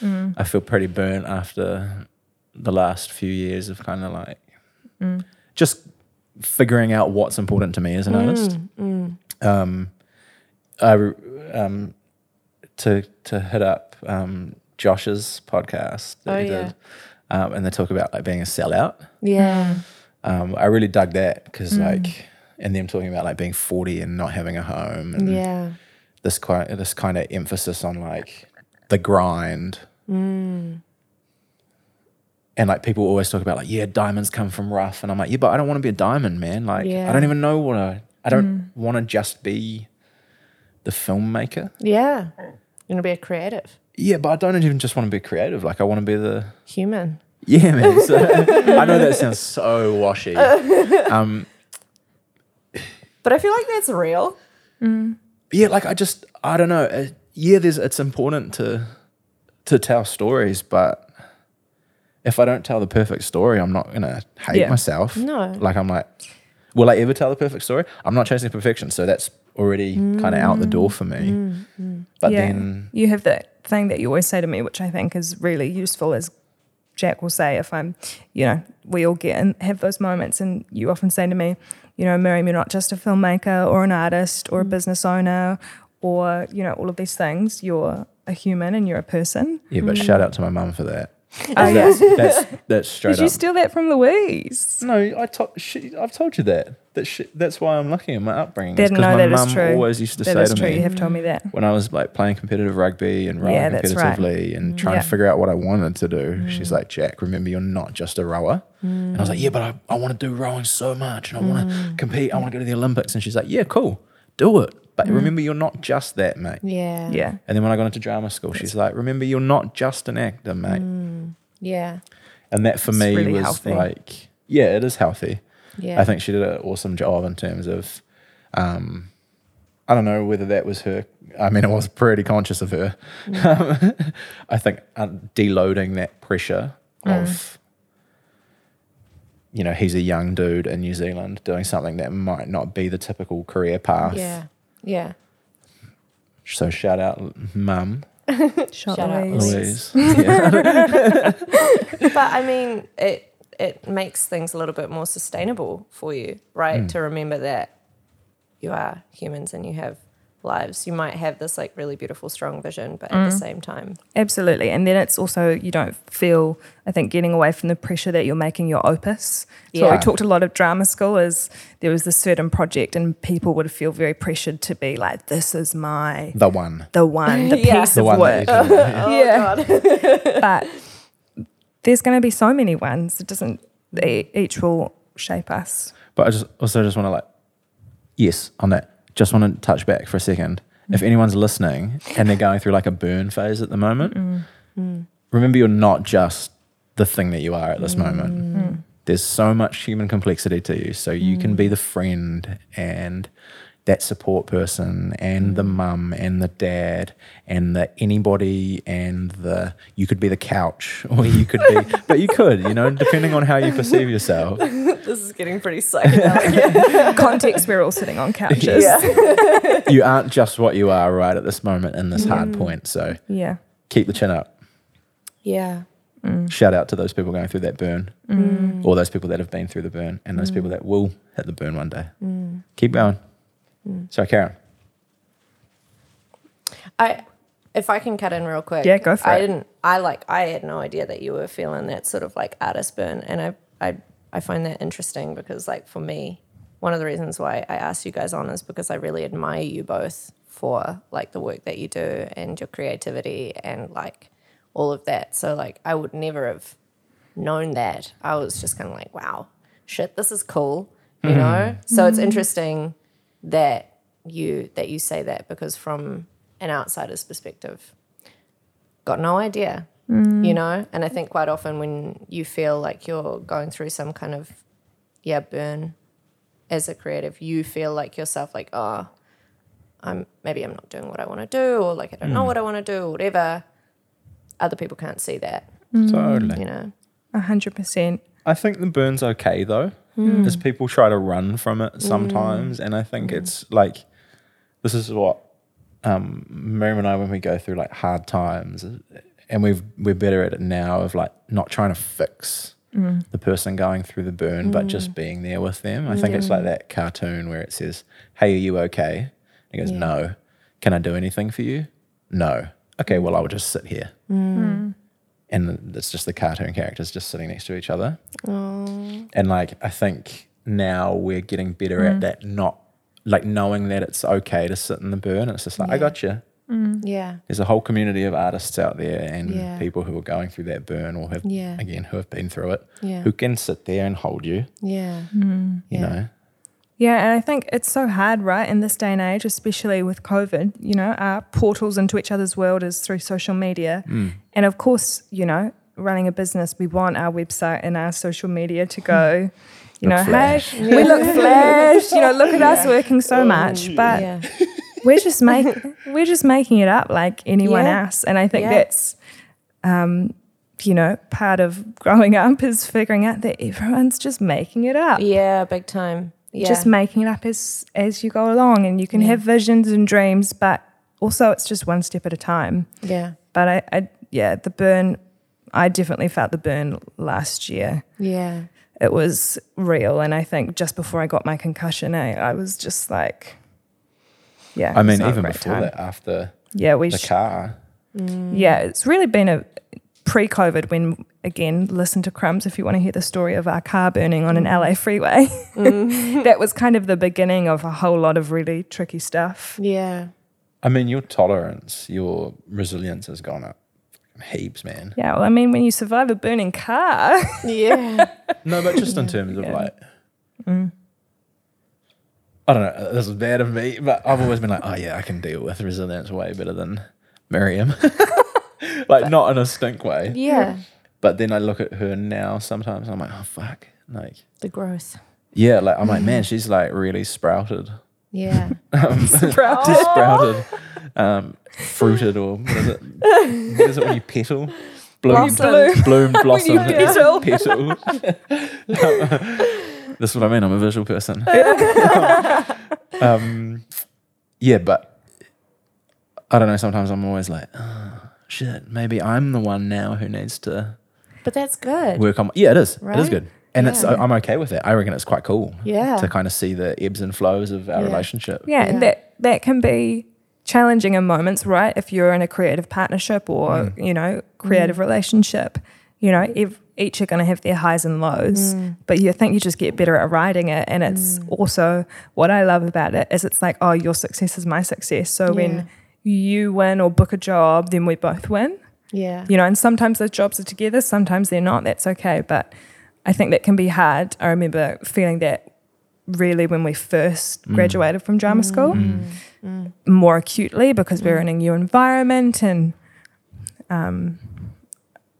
Mm. I feel pretty burnt after the last few years of kind of like Mm. just figuring out what's important to me as an Mm. artist. Um, I re- um to to hit up um Josh's podcast that Oh, he yeah. did. Um, and they talk about like being a sellout Yeah. um, I really dug that because Mm. like, and them talking about like being forty and not having a home, and Yeah. this kind this kind of emphasis on like the grind, Mm. and like people always talk about like, yeah, diamonds come from rough, and I'm like, yeah, but I don't want to be a diamond, man. Like, I Yeah. Mm. don't even know what I, I don't want to just be the filmmaker. Yeah. You're gonna be a creative Yeah, but I don't even just want to be creative. Like, I want to be the human. Yeah, man. So, I know that sounds so washy. Um, But I feel like that's real. yeah, like I just I don't know. Uh, yeah, there's it's important to to tell stories, but if I don't tell the perfect story, I'm not gonna hate Yeah. myself. No. like I'm like, will I ever tell the perfect story? I'm not chasing perfection, so that's already kind of out the door for me. But Mm, yeah. then, you have that thing that you always say to me, which I think is really useful. Is Jack will say, if I'm, you know, we all get and have those moments, and you often say to me, you know, Miriam, you're not just a filmmaker or an artist or a Mm. business owner or you know all of these things. You're a human and you're a person. yeah, but shout out to my mum for that. Mm. Oh, yeah. That's, that's, that's straight Did you up. steal that from Louise? no, I to- she, I've told you that. That she, that's why I'm lucky in my upbringing. Didn't know my that is mum true. always used to That say is to true. me You have told me that. when I was like playing competitive rugby and rowing Yeah, that's right. Mm. competitively and trying Yeah. Mm. to figure out what I wanted to do. She's like, Jack, remember you're not just a rower. And I was like, yeah, but I, I want to do rowing so much and I want Mm. to compete. I want to go to the Olympics. And she's like, yeah, cool, do it. But remember, you're not just that, mate. Yeah. Mm. Yeah. And then when I got into drama school, she's like, remember, you're not just an actor, mate. Yeah. And that for Mm. It's me really was healthy. like, yeah, it is healthy. Yeah. I think she did an awesome job in terms of, um, I don't know whether that was her. I mean, I was pretty conscious of her. I think uh, deloading that pressure Mm. of, you know, he's a young dude in New Zealand doing something that might not be the typical career path. Yeah. Yeah. So shout out, mum, Shot Shout out Louise. Louise. Yeah. But I mean, it it makes things a little bit more sustainable for you, right? To remember that you are humans and you have lives. You might have this like really beautiful, strong vision, but at the same time, Absolutely. And then it's also, you don't feel, I think, getting away from the pressure that you're making your opus. So what Yeah. we talked a lot of drama school is there was this certain project and people would feel very pressured to be like, this is my, the one. the one, the Yeah. piece The of one. work. That you Oh, did. yeah. oh, but there's going to be so many ones. It doesn't, they, each will shape us. But I just also just want to like, yes, on that. Just want to touch back for a second. If anyone's listening and they're going through like a burn phase at the moment, remember you're not just the thing that you are at this moment. There's so much human complexity to you, so you can be the friend and that support person and the mum and the dad and the anybody and the you could be the couch or you could be but you could you know depending on how you perceive yourself this is getting pretty psychedelic. Context, we're all sitting on couches. yeah. you aren't just what you are right at this moment in this hard point. So yeah. Mm. keep the chin up. Yeah. Shout out to those people going through that burn, or those people that have been through the burn, and those people that will hit the burn one day. Keep going. Sorry, Karen. I if I can cut in real quick. Yeah, go for I it. didn't I like I had no idea that you were feeling that sort of like artist burn and I I I find that interesting because like for me, one of the reasons why I asked you guys on is because I really admire you both for like the work that you do and your creativity and like all of that. So like I would never have known that. I was just kind of like, wow, shit, this is cool, Mm. you know? So it's interesting that you that you say that because from an outsider's perspective got no idea Mm. you know and i think quite often when you feel like you're going through some kind of yeah burn as a creative you feel like yourself like oh i'm maybe i'm not doing what i want to do or like i Mm. don't know what i want to do or whatever other people can't see that Totally. you know A hundred percent. I think the burn's okay though, as people try to run from it sometimes, and I think it's like this is what um, Miriam and I when we go through like hard times, and we've we're better at it now of like not trying to fix the person going through the burn, but just being there with them. I think it's like that cartoon where it says, "Hey, are you okay?" And he goes, "No." Can I do anything for you? No. Okay, well I will just sit here. And it's just the cartoon characters just sitting next to each other. And like I think now we're getting better Mm. at that not like knowing that it's okay to sit in the burn. It's just like, I got you. yeah There's a whole community of artists out there and Yeah. people who are going through that burn or have Yeah. again who have been through it. Yeah. Who can sit there and hold you, yeah you Yeah. know? Yeah, and I think it's so hard, right, in this day and age, especially with COVID. You know, our portals into each other's world is through social media. Mm. And of course, you know, running a business, we want our website and our social media to Hmm. go, you Look know, flash. hey, we look flash, you know, look at us working so much. But Oh, yeah we're just make we're just making it up like anyone Yeah. else, and I think Yeah. that's, um, you know, part of growing up is figuring out that everyone's just making it up, yeah big time yeah just making it up as as you go along, and you can have visions and dreams, but also it's just one step at a time. yeah But I, I yeah, the burn, I definitely felt the burn last year. yeah It was real, and I think just before I got my concussion, I, I was just like. Yeah, I it's mean, not a even great before time. that, after Yeah, we the sh- car. yeah, it's really been a pre COVID when, again, listen to Crumbs if you want to hear the story of our car burning on an LA freeway. that was kind of the beginning of a whole lot of really tricky stuff. Yeah. I mean, your tolerance, your resilience has gone up heaps, man. Yeah, well, I mean, when you survive a burning car, Yeah. No, but just in terms of Yeah. like, I don't know. This is bad of me, but I've always been like, oh yeah, I can deal with resilience way better than Miriam. like not in a stink way, yeah. but then I look at her now. Sometimes I'm like, oh fuck, like The growth. yeah, like I'm like, man, she's like really sprouted, Yeah. sprouted. just sprouted, um, fruited or what is it? What is it when you petal? Bloom, Blossomed. bloom, blossom, petal. petal. That's what I mean. I'm a visual person. um, yeah, but I don't know. Sometimes I'm always like, oh, shit, maybe I'm the one now who needs to But that's good. work on. Yeah, it is. It is Right? good. And it's Yeah. I'm okay with it. I reckon it's quite cool. Yeah. To kind of see the ebbs and flows of our Yeah. relationship. yeah, Yeah. and that that can be challenging in moments, right? If you're in a creative partnership or Mm. you know creative relationship, you know, ev- each are going to have their highs and lows, Mm. but you think you just get better at riding it, and it's also what I love about it is it's like, oh, your success is my success. So Yeah. when you win or book a job, then we both win Yeah. you know, and sometimes those jobs are together, sometimes they're not. That's okay. But I think that can be hard. I remember feeling that really when we first Mm. graduated from drama school Mm. Mm. more acutely because we were in a new environment and, um,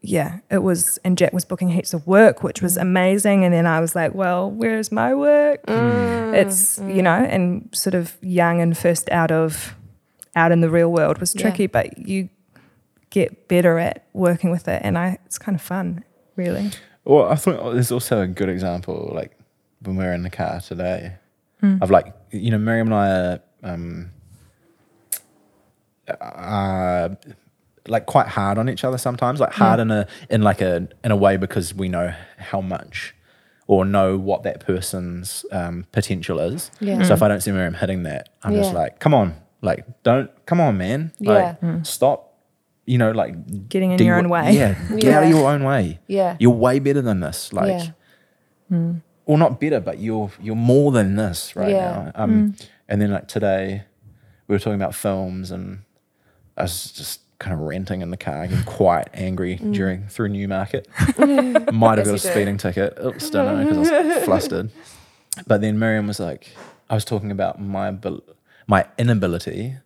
yeah, it was, and Jack was booking heaps of work, which was amazing. And then I was like, well, where's my work? Hmm. it's, you know, and sort of young and first out of, out in the real world was Yeah. tricky, but you get better at working with it and I it's kind of fun really Well, I thought there's also a good example, like when we were in the car today, Hmm. of like you know, Miriam and I are um, are like quite hard on each other sometimes, like hard in a in like a in a way because we know how much or know what that person's um, potential is. Yeah. Hmm. So if I don't see Miriam hitting that, I'm just Yeah. like, come on, like don't, come on, man, like stop, you know, like getting Hmm. in do your what- own way Yeah, get out of Yeah. your own way. Yeah. you're way better than this. Like, Yeah. Hmm. well, not better, but you're you're more than this right Yeah. Hmm. now. Um, and then like today, we were talking about films, and I was just kind of ranting in the car, getting quite angry during through Newmarket. Might have Mm. Yes, got you a did. speeding ticket. Oops, don't know because I was flustered. But then Miriam was like, I was talking about my abil- my inability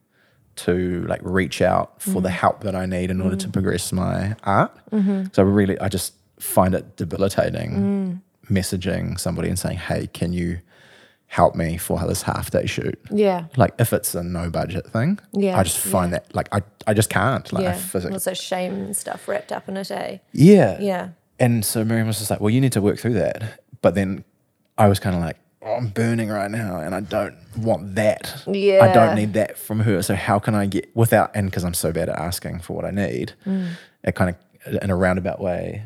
to like reach out for Mm. the help that I need in order to progress my art. Mm-hmm. So I really, I just find it debilitating Mm. messaging somebody and saying, "Hey, can you help me for this half day shoot?" Yeah. Like if it's a no budget thing, Yeah, I just find that like I, I just can't like I Yeah. physically, Lots of shame and stuff wrapped up in it, eh? yeah, Yeah. and so Miriam was just like, well, you need to work through that. But then I was kind of like, oh, I'm burning right now and I don't want that. I Yeah. don't need that from her. So how can I get without, and because I'm so bad at asking for what I need, Mm. it kind of, in a roundabout way,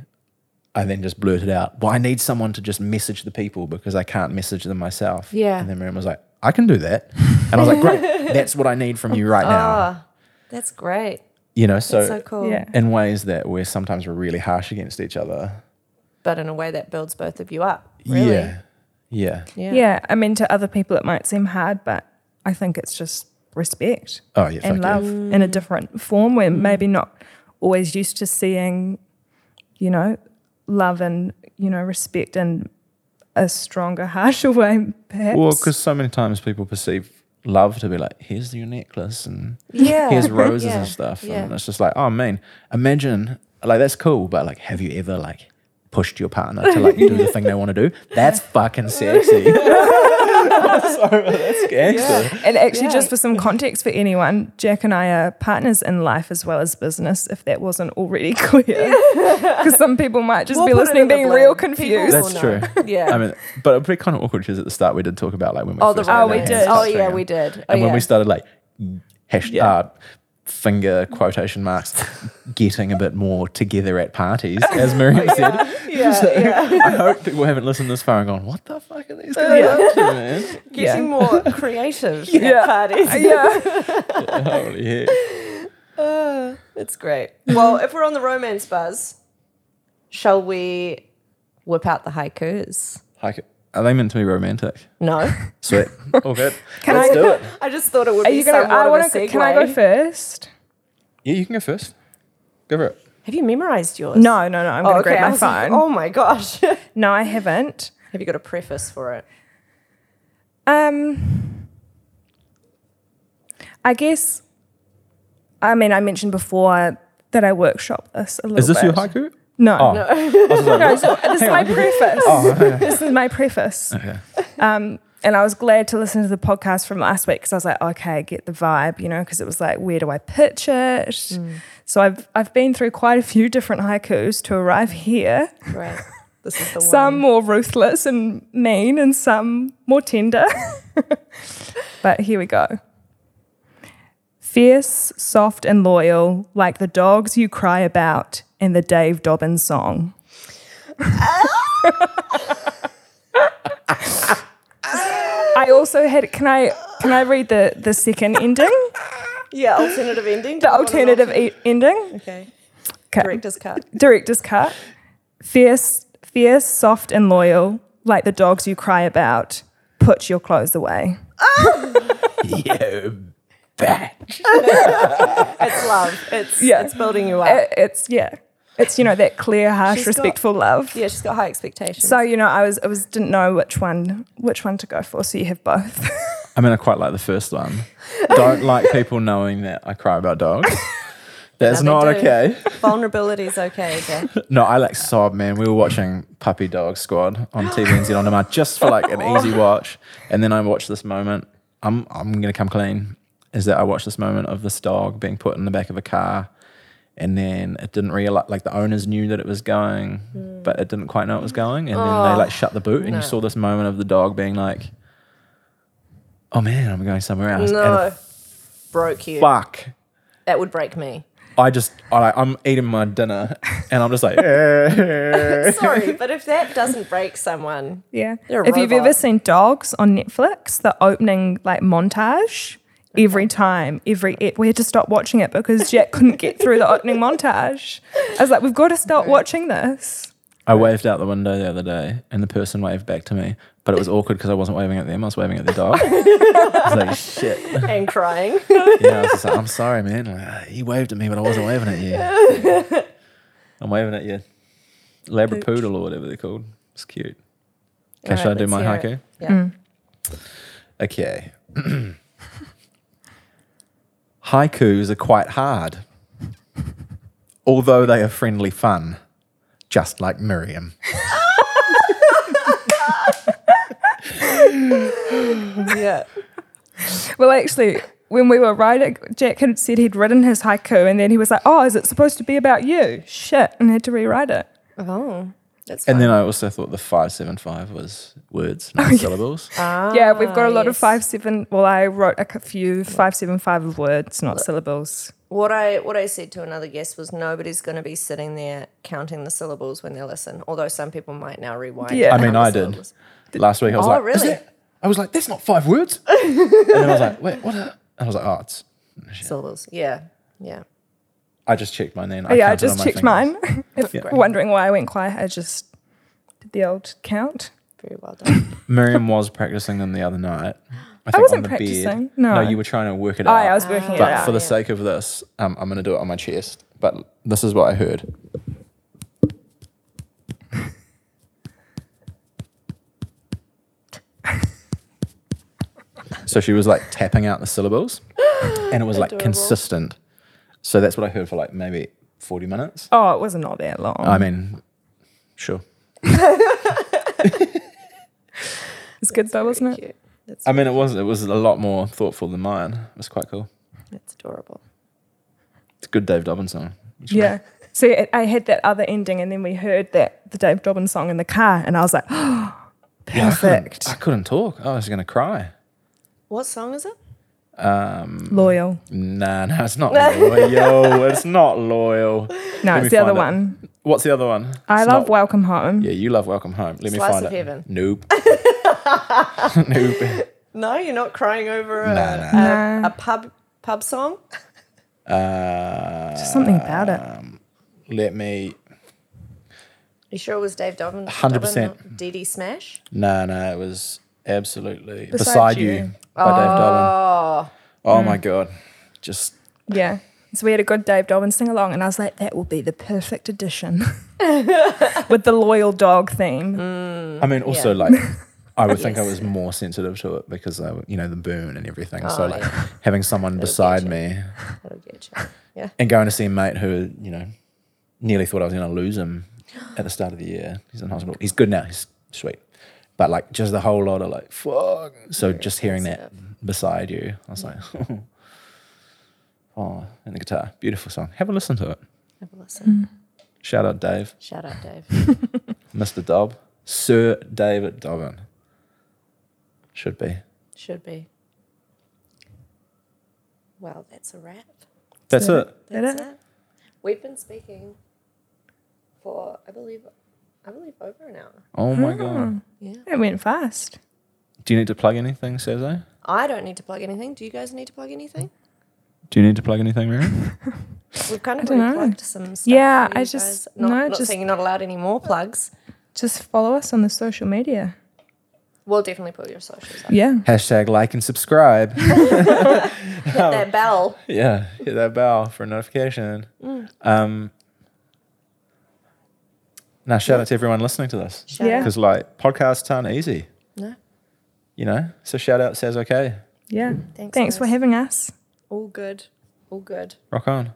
I then just blurted out, well, I need someone to just message the people because I can't message them myself. Yeah. And then Miriam was like, I can do that. And I was like, great, that's what I need from you right now. Oh, that's great. You know, That's so, so cool. yeah in ways that we're sometimes we're really harsh against each other. But in a way that builds both of you up. Really. Yeah. Yeah. Yeah. yeah. i mean to other people it might seem hard but i think it's just respect Oh yeah, and fuck yeah. love in a different form we're Mm. maybe not always used to seeing you know love and you know respect in a stronger harsher way perhaps Well, because so many times people perceive love to be like, here's your necklace and Oh, Yeah. here's roses Yeah. and stuff, and Yeah. it's just like, oh man, imagine like that's cool, but like, have you ever like pushed your partner to like do the thing they want to do? That's fucking sexy. Sorry, that's gangster. And actually, Yeah. just for some context for anyone, Jack and I are partners in life as well as business, if that wasn't already clear. Because some people might just We'll be put it in listening, the being blend. real People confused. will That's know. true. Yeah. I mean, but it'd be kind of awkward because at the start we did talk about like when we oh, the first laid oh, our we hands did. Oh, touching yeah, and- we did. Oh, and when yeah. we started like hash Yeah. uh, finger quotation marks getting a bit more together at parties, as Miriam said. Oh, Yeah, So, yeah. I hope people haven't listened this far and gone, what the fuck are these guys up to, man? getting Yeah. more creative at Yeah. parties. yeah. Holy heck. It's great. Well, if we're on the romance buzz, shall we whip out the haikus? Haiku. Are they meant to be romantic? No. Sweet. All good. Can Let's I- do it. I just thought it would Are be you gonna? somewhat I want of a to. segue. Can I go first? Yeah, you can go first. Go for it. Have you memorized yours? No, no, no. I'm Oh, gonna okay. I grab my was like, phone. oh my gosh. Have No, I haven't. you got a preface for it? Um, I guess. I mean, I mentioned before that I workshop this a little. Is this bit. your haiku? No, Oh. no. I was like, so this is my preface. This is my preface. Oh, okay. Um, and I was glad to listen to the podcast from last week because I was like, okay, I get the vibe, you know, because it was like, where do I pitch it? So I've I've been through quite a few different haikus to arrive here. Right. This is the Some one. more ruthless and mean, and some more tender. but here we go. Fierce, soft, and loyal, like the dogs you cry about in the Dave Dobbins song. I also had. Can I can I read the the second ending, Yeah, alternative ending. Do the you want an alternative alternate? e- ending? Okay. Okay. Director's cut. Director's cut. Fierce, fierce, soft, and loyal, like the dogs you cry about. Put your clothes away. Yeah, bad. It's love. It's Yeah. Eh. it's building you up. It- it's yeah, it's you know that clear, harsh, She's got- respectful love. yeah, she's got high expectations. So you know, I was I was didn't know which one which one to go for. So you have both. I mean, I quite like the first one. Don't like people knowing that I cry about dogs. That's No, not they do. okay. Vulnerability's okay, Jack. No, I like sob, man. We were watching Puppy Dog Squad on TVNZ on demand just for like an easy watch. And then I watched this moment. I'm I'm gonna come clean. Is that I watched this moment of this dog being put in the back of a car and then it didn't realize like the owners knew that it was going, but it didn't quite know it was going. And then they like shut the boot and Hmm. Oh, no. you saw this moment of the dog being like, Oh man, I'm going somewhere else. No. And Broke you. fuck. That would break me. I just I like, I'm eating my dinner and I'm just like Sorry, but if that doesn't break someone, yeah. You're a if you've robot. ever seen Dogs on Netflix, the opening like montage. Every time, every ep- we had to stop watching it because Jack couldn't get through the opening montage. I was like, "We've got to stop watching this." I waved out the window the other day, and the person waved back to me, but it was awkward because I wasn't waving at them. I was waving at the dog. I was like, "Shit!" and crying. Yeah, I was just like, "I'm sorry, man. Like, uh, he waved at me, but I wasn't waving at you. I'm waving at you, labrapoodle or whatever they're called. It's cute." Okay, Alright, should I do let's my hear haiku? it. Yeah. Okay. Haikus are quite hard, although they are friendly fun, just like Miriam. yeah. Well, actually, when we were writing, Jack had said he'd written his haiku, and then he was like, "Oh, is it supposed to be about you?" Shit, and had to rewrite it. Oh, that's And fun. then I also thought the 575 was words, not syllables. yeah, we've got a Ah, lot of yes. five seven. Well, I wrote a c- few five seven five of words, not syllables. What I what I said to another guest was nobody's going to be sitting there counting the syllables when they listen. Although some people might now rewind. and Yeah. I I mean, count the I did. syllables. Last week I was Oh, like, "Is really? that-" I was like, that's not five words. and then I was like, wait, what? Are-? And I was like, oh, it's. Syllables. Yeah. Yeah. I just checked mine then. Oh, yeah, I counted on just my checked fingers. mine. if Yeah. you're wondering why I went quiet, I just did the old count. Very well done. Miriam was practicing them the other night. I, think wasn't on the practicing, Bed. no. you were trying to work it Oh, out. yeah, I was working it but out. for the yeah. sake of this, um, I'm going to do it on my chest. But this is what I heard. so she was like tapping out the syllables, and it was like Adorable. consistent. So that's what I heard for like maybe 40 minutes. oh, it wasn't not that long. I mean, sure. it's good though, wasn't it? Cute. That's, I mean, it was it was a lot more thoughtful than mine. It was quite cool. that's adorable. It's a good Dave Dobbins song. Yeah. See, it, I had that other ending, and then we heard that the Dave Dobbins song in the car, and I was like, oh, Yeah, I couldn't- perfect, I couldn't talk. I was going to cry. What song is it? loyal. Nah, no, it's not loyal. It's not loyal. No, Let me it's the other find it. one. What's the other one? I It's love not- Welcome Home. Yeah, you love Welcome Home. Let me Slice find of it. Heaven. Nope. nope. No, you're not crying over a, a, Nah, a pub pub song. Uh, Just something about it. Let me. You sure it was Dave Dobbin? 100%. Dobbin, DD Smash? No, no, it was absolutely beside, you, You. Mm. by Dave Dobbin. Oh my god, just Yeah. So we had a good Dave Dobbin sing along, and I was like, that will be the perfect addition with the loyal dog theme. Mm. I mean, also Mm, Yeah. like I would think I Yes. was more sensitive to it because I, you know, the boom and everything. so Oh, like yeah. having someone beside you. me That'll get you. Yeah. and going to see a mate who you know nearly thought I was going to lose him at the start of the year. He's in hospital. He's good now. He's sweet. But like just the whole lot of like fuck. So just hearing that beside you, I was like, oh, and the guitar, beautiful song. Have a listen to it. Have a listen. Mm. Shout out Dave, Shout out, Dave. Mr. Dobb, Sir David Dobbin. Should be. Should be. Well, that's a wrap. That's it. That That's it? it. We've been speaking for, I believe, I believe over an hour. Oh my god. Yeah. It went fast. Do you need to plug anything, Cesar? I don't need to plug anything. Do you guys need to plug anything? Do you need to plug anything, Miriam? We've kind of don't know. plugged some stuff. Yeah, for you I just- guys. not, no, not just- saying you're not allowed any more plugs. Just follow us on the social media. We'll definitely put your socials up. Yeah. Hashtag like and subscribe. Hit that bell. yeah, hit that bell for a notification. Um, now, shout out to everyone listening to this Shout Yeah. out. because, like, podcasts aren't easy, No, you know. So, shout out says okay, Yeah. Thanks, Thanks for guys. having us. all good. All good. rock on.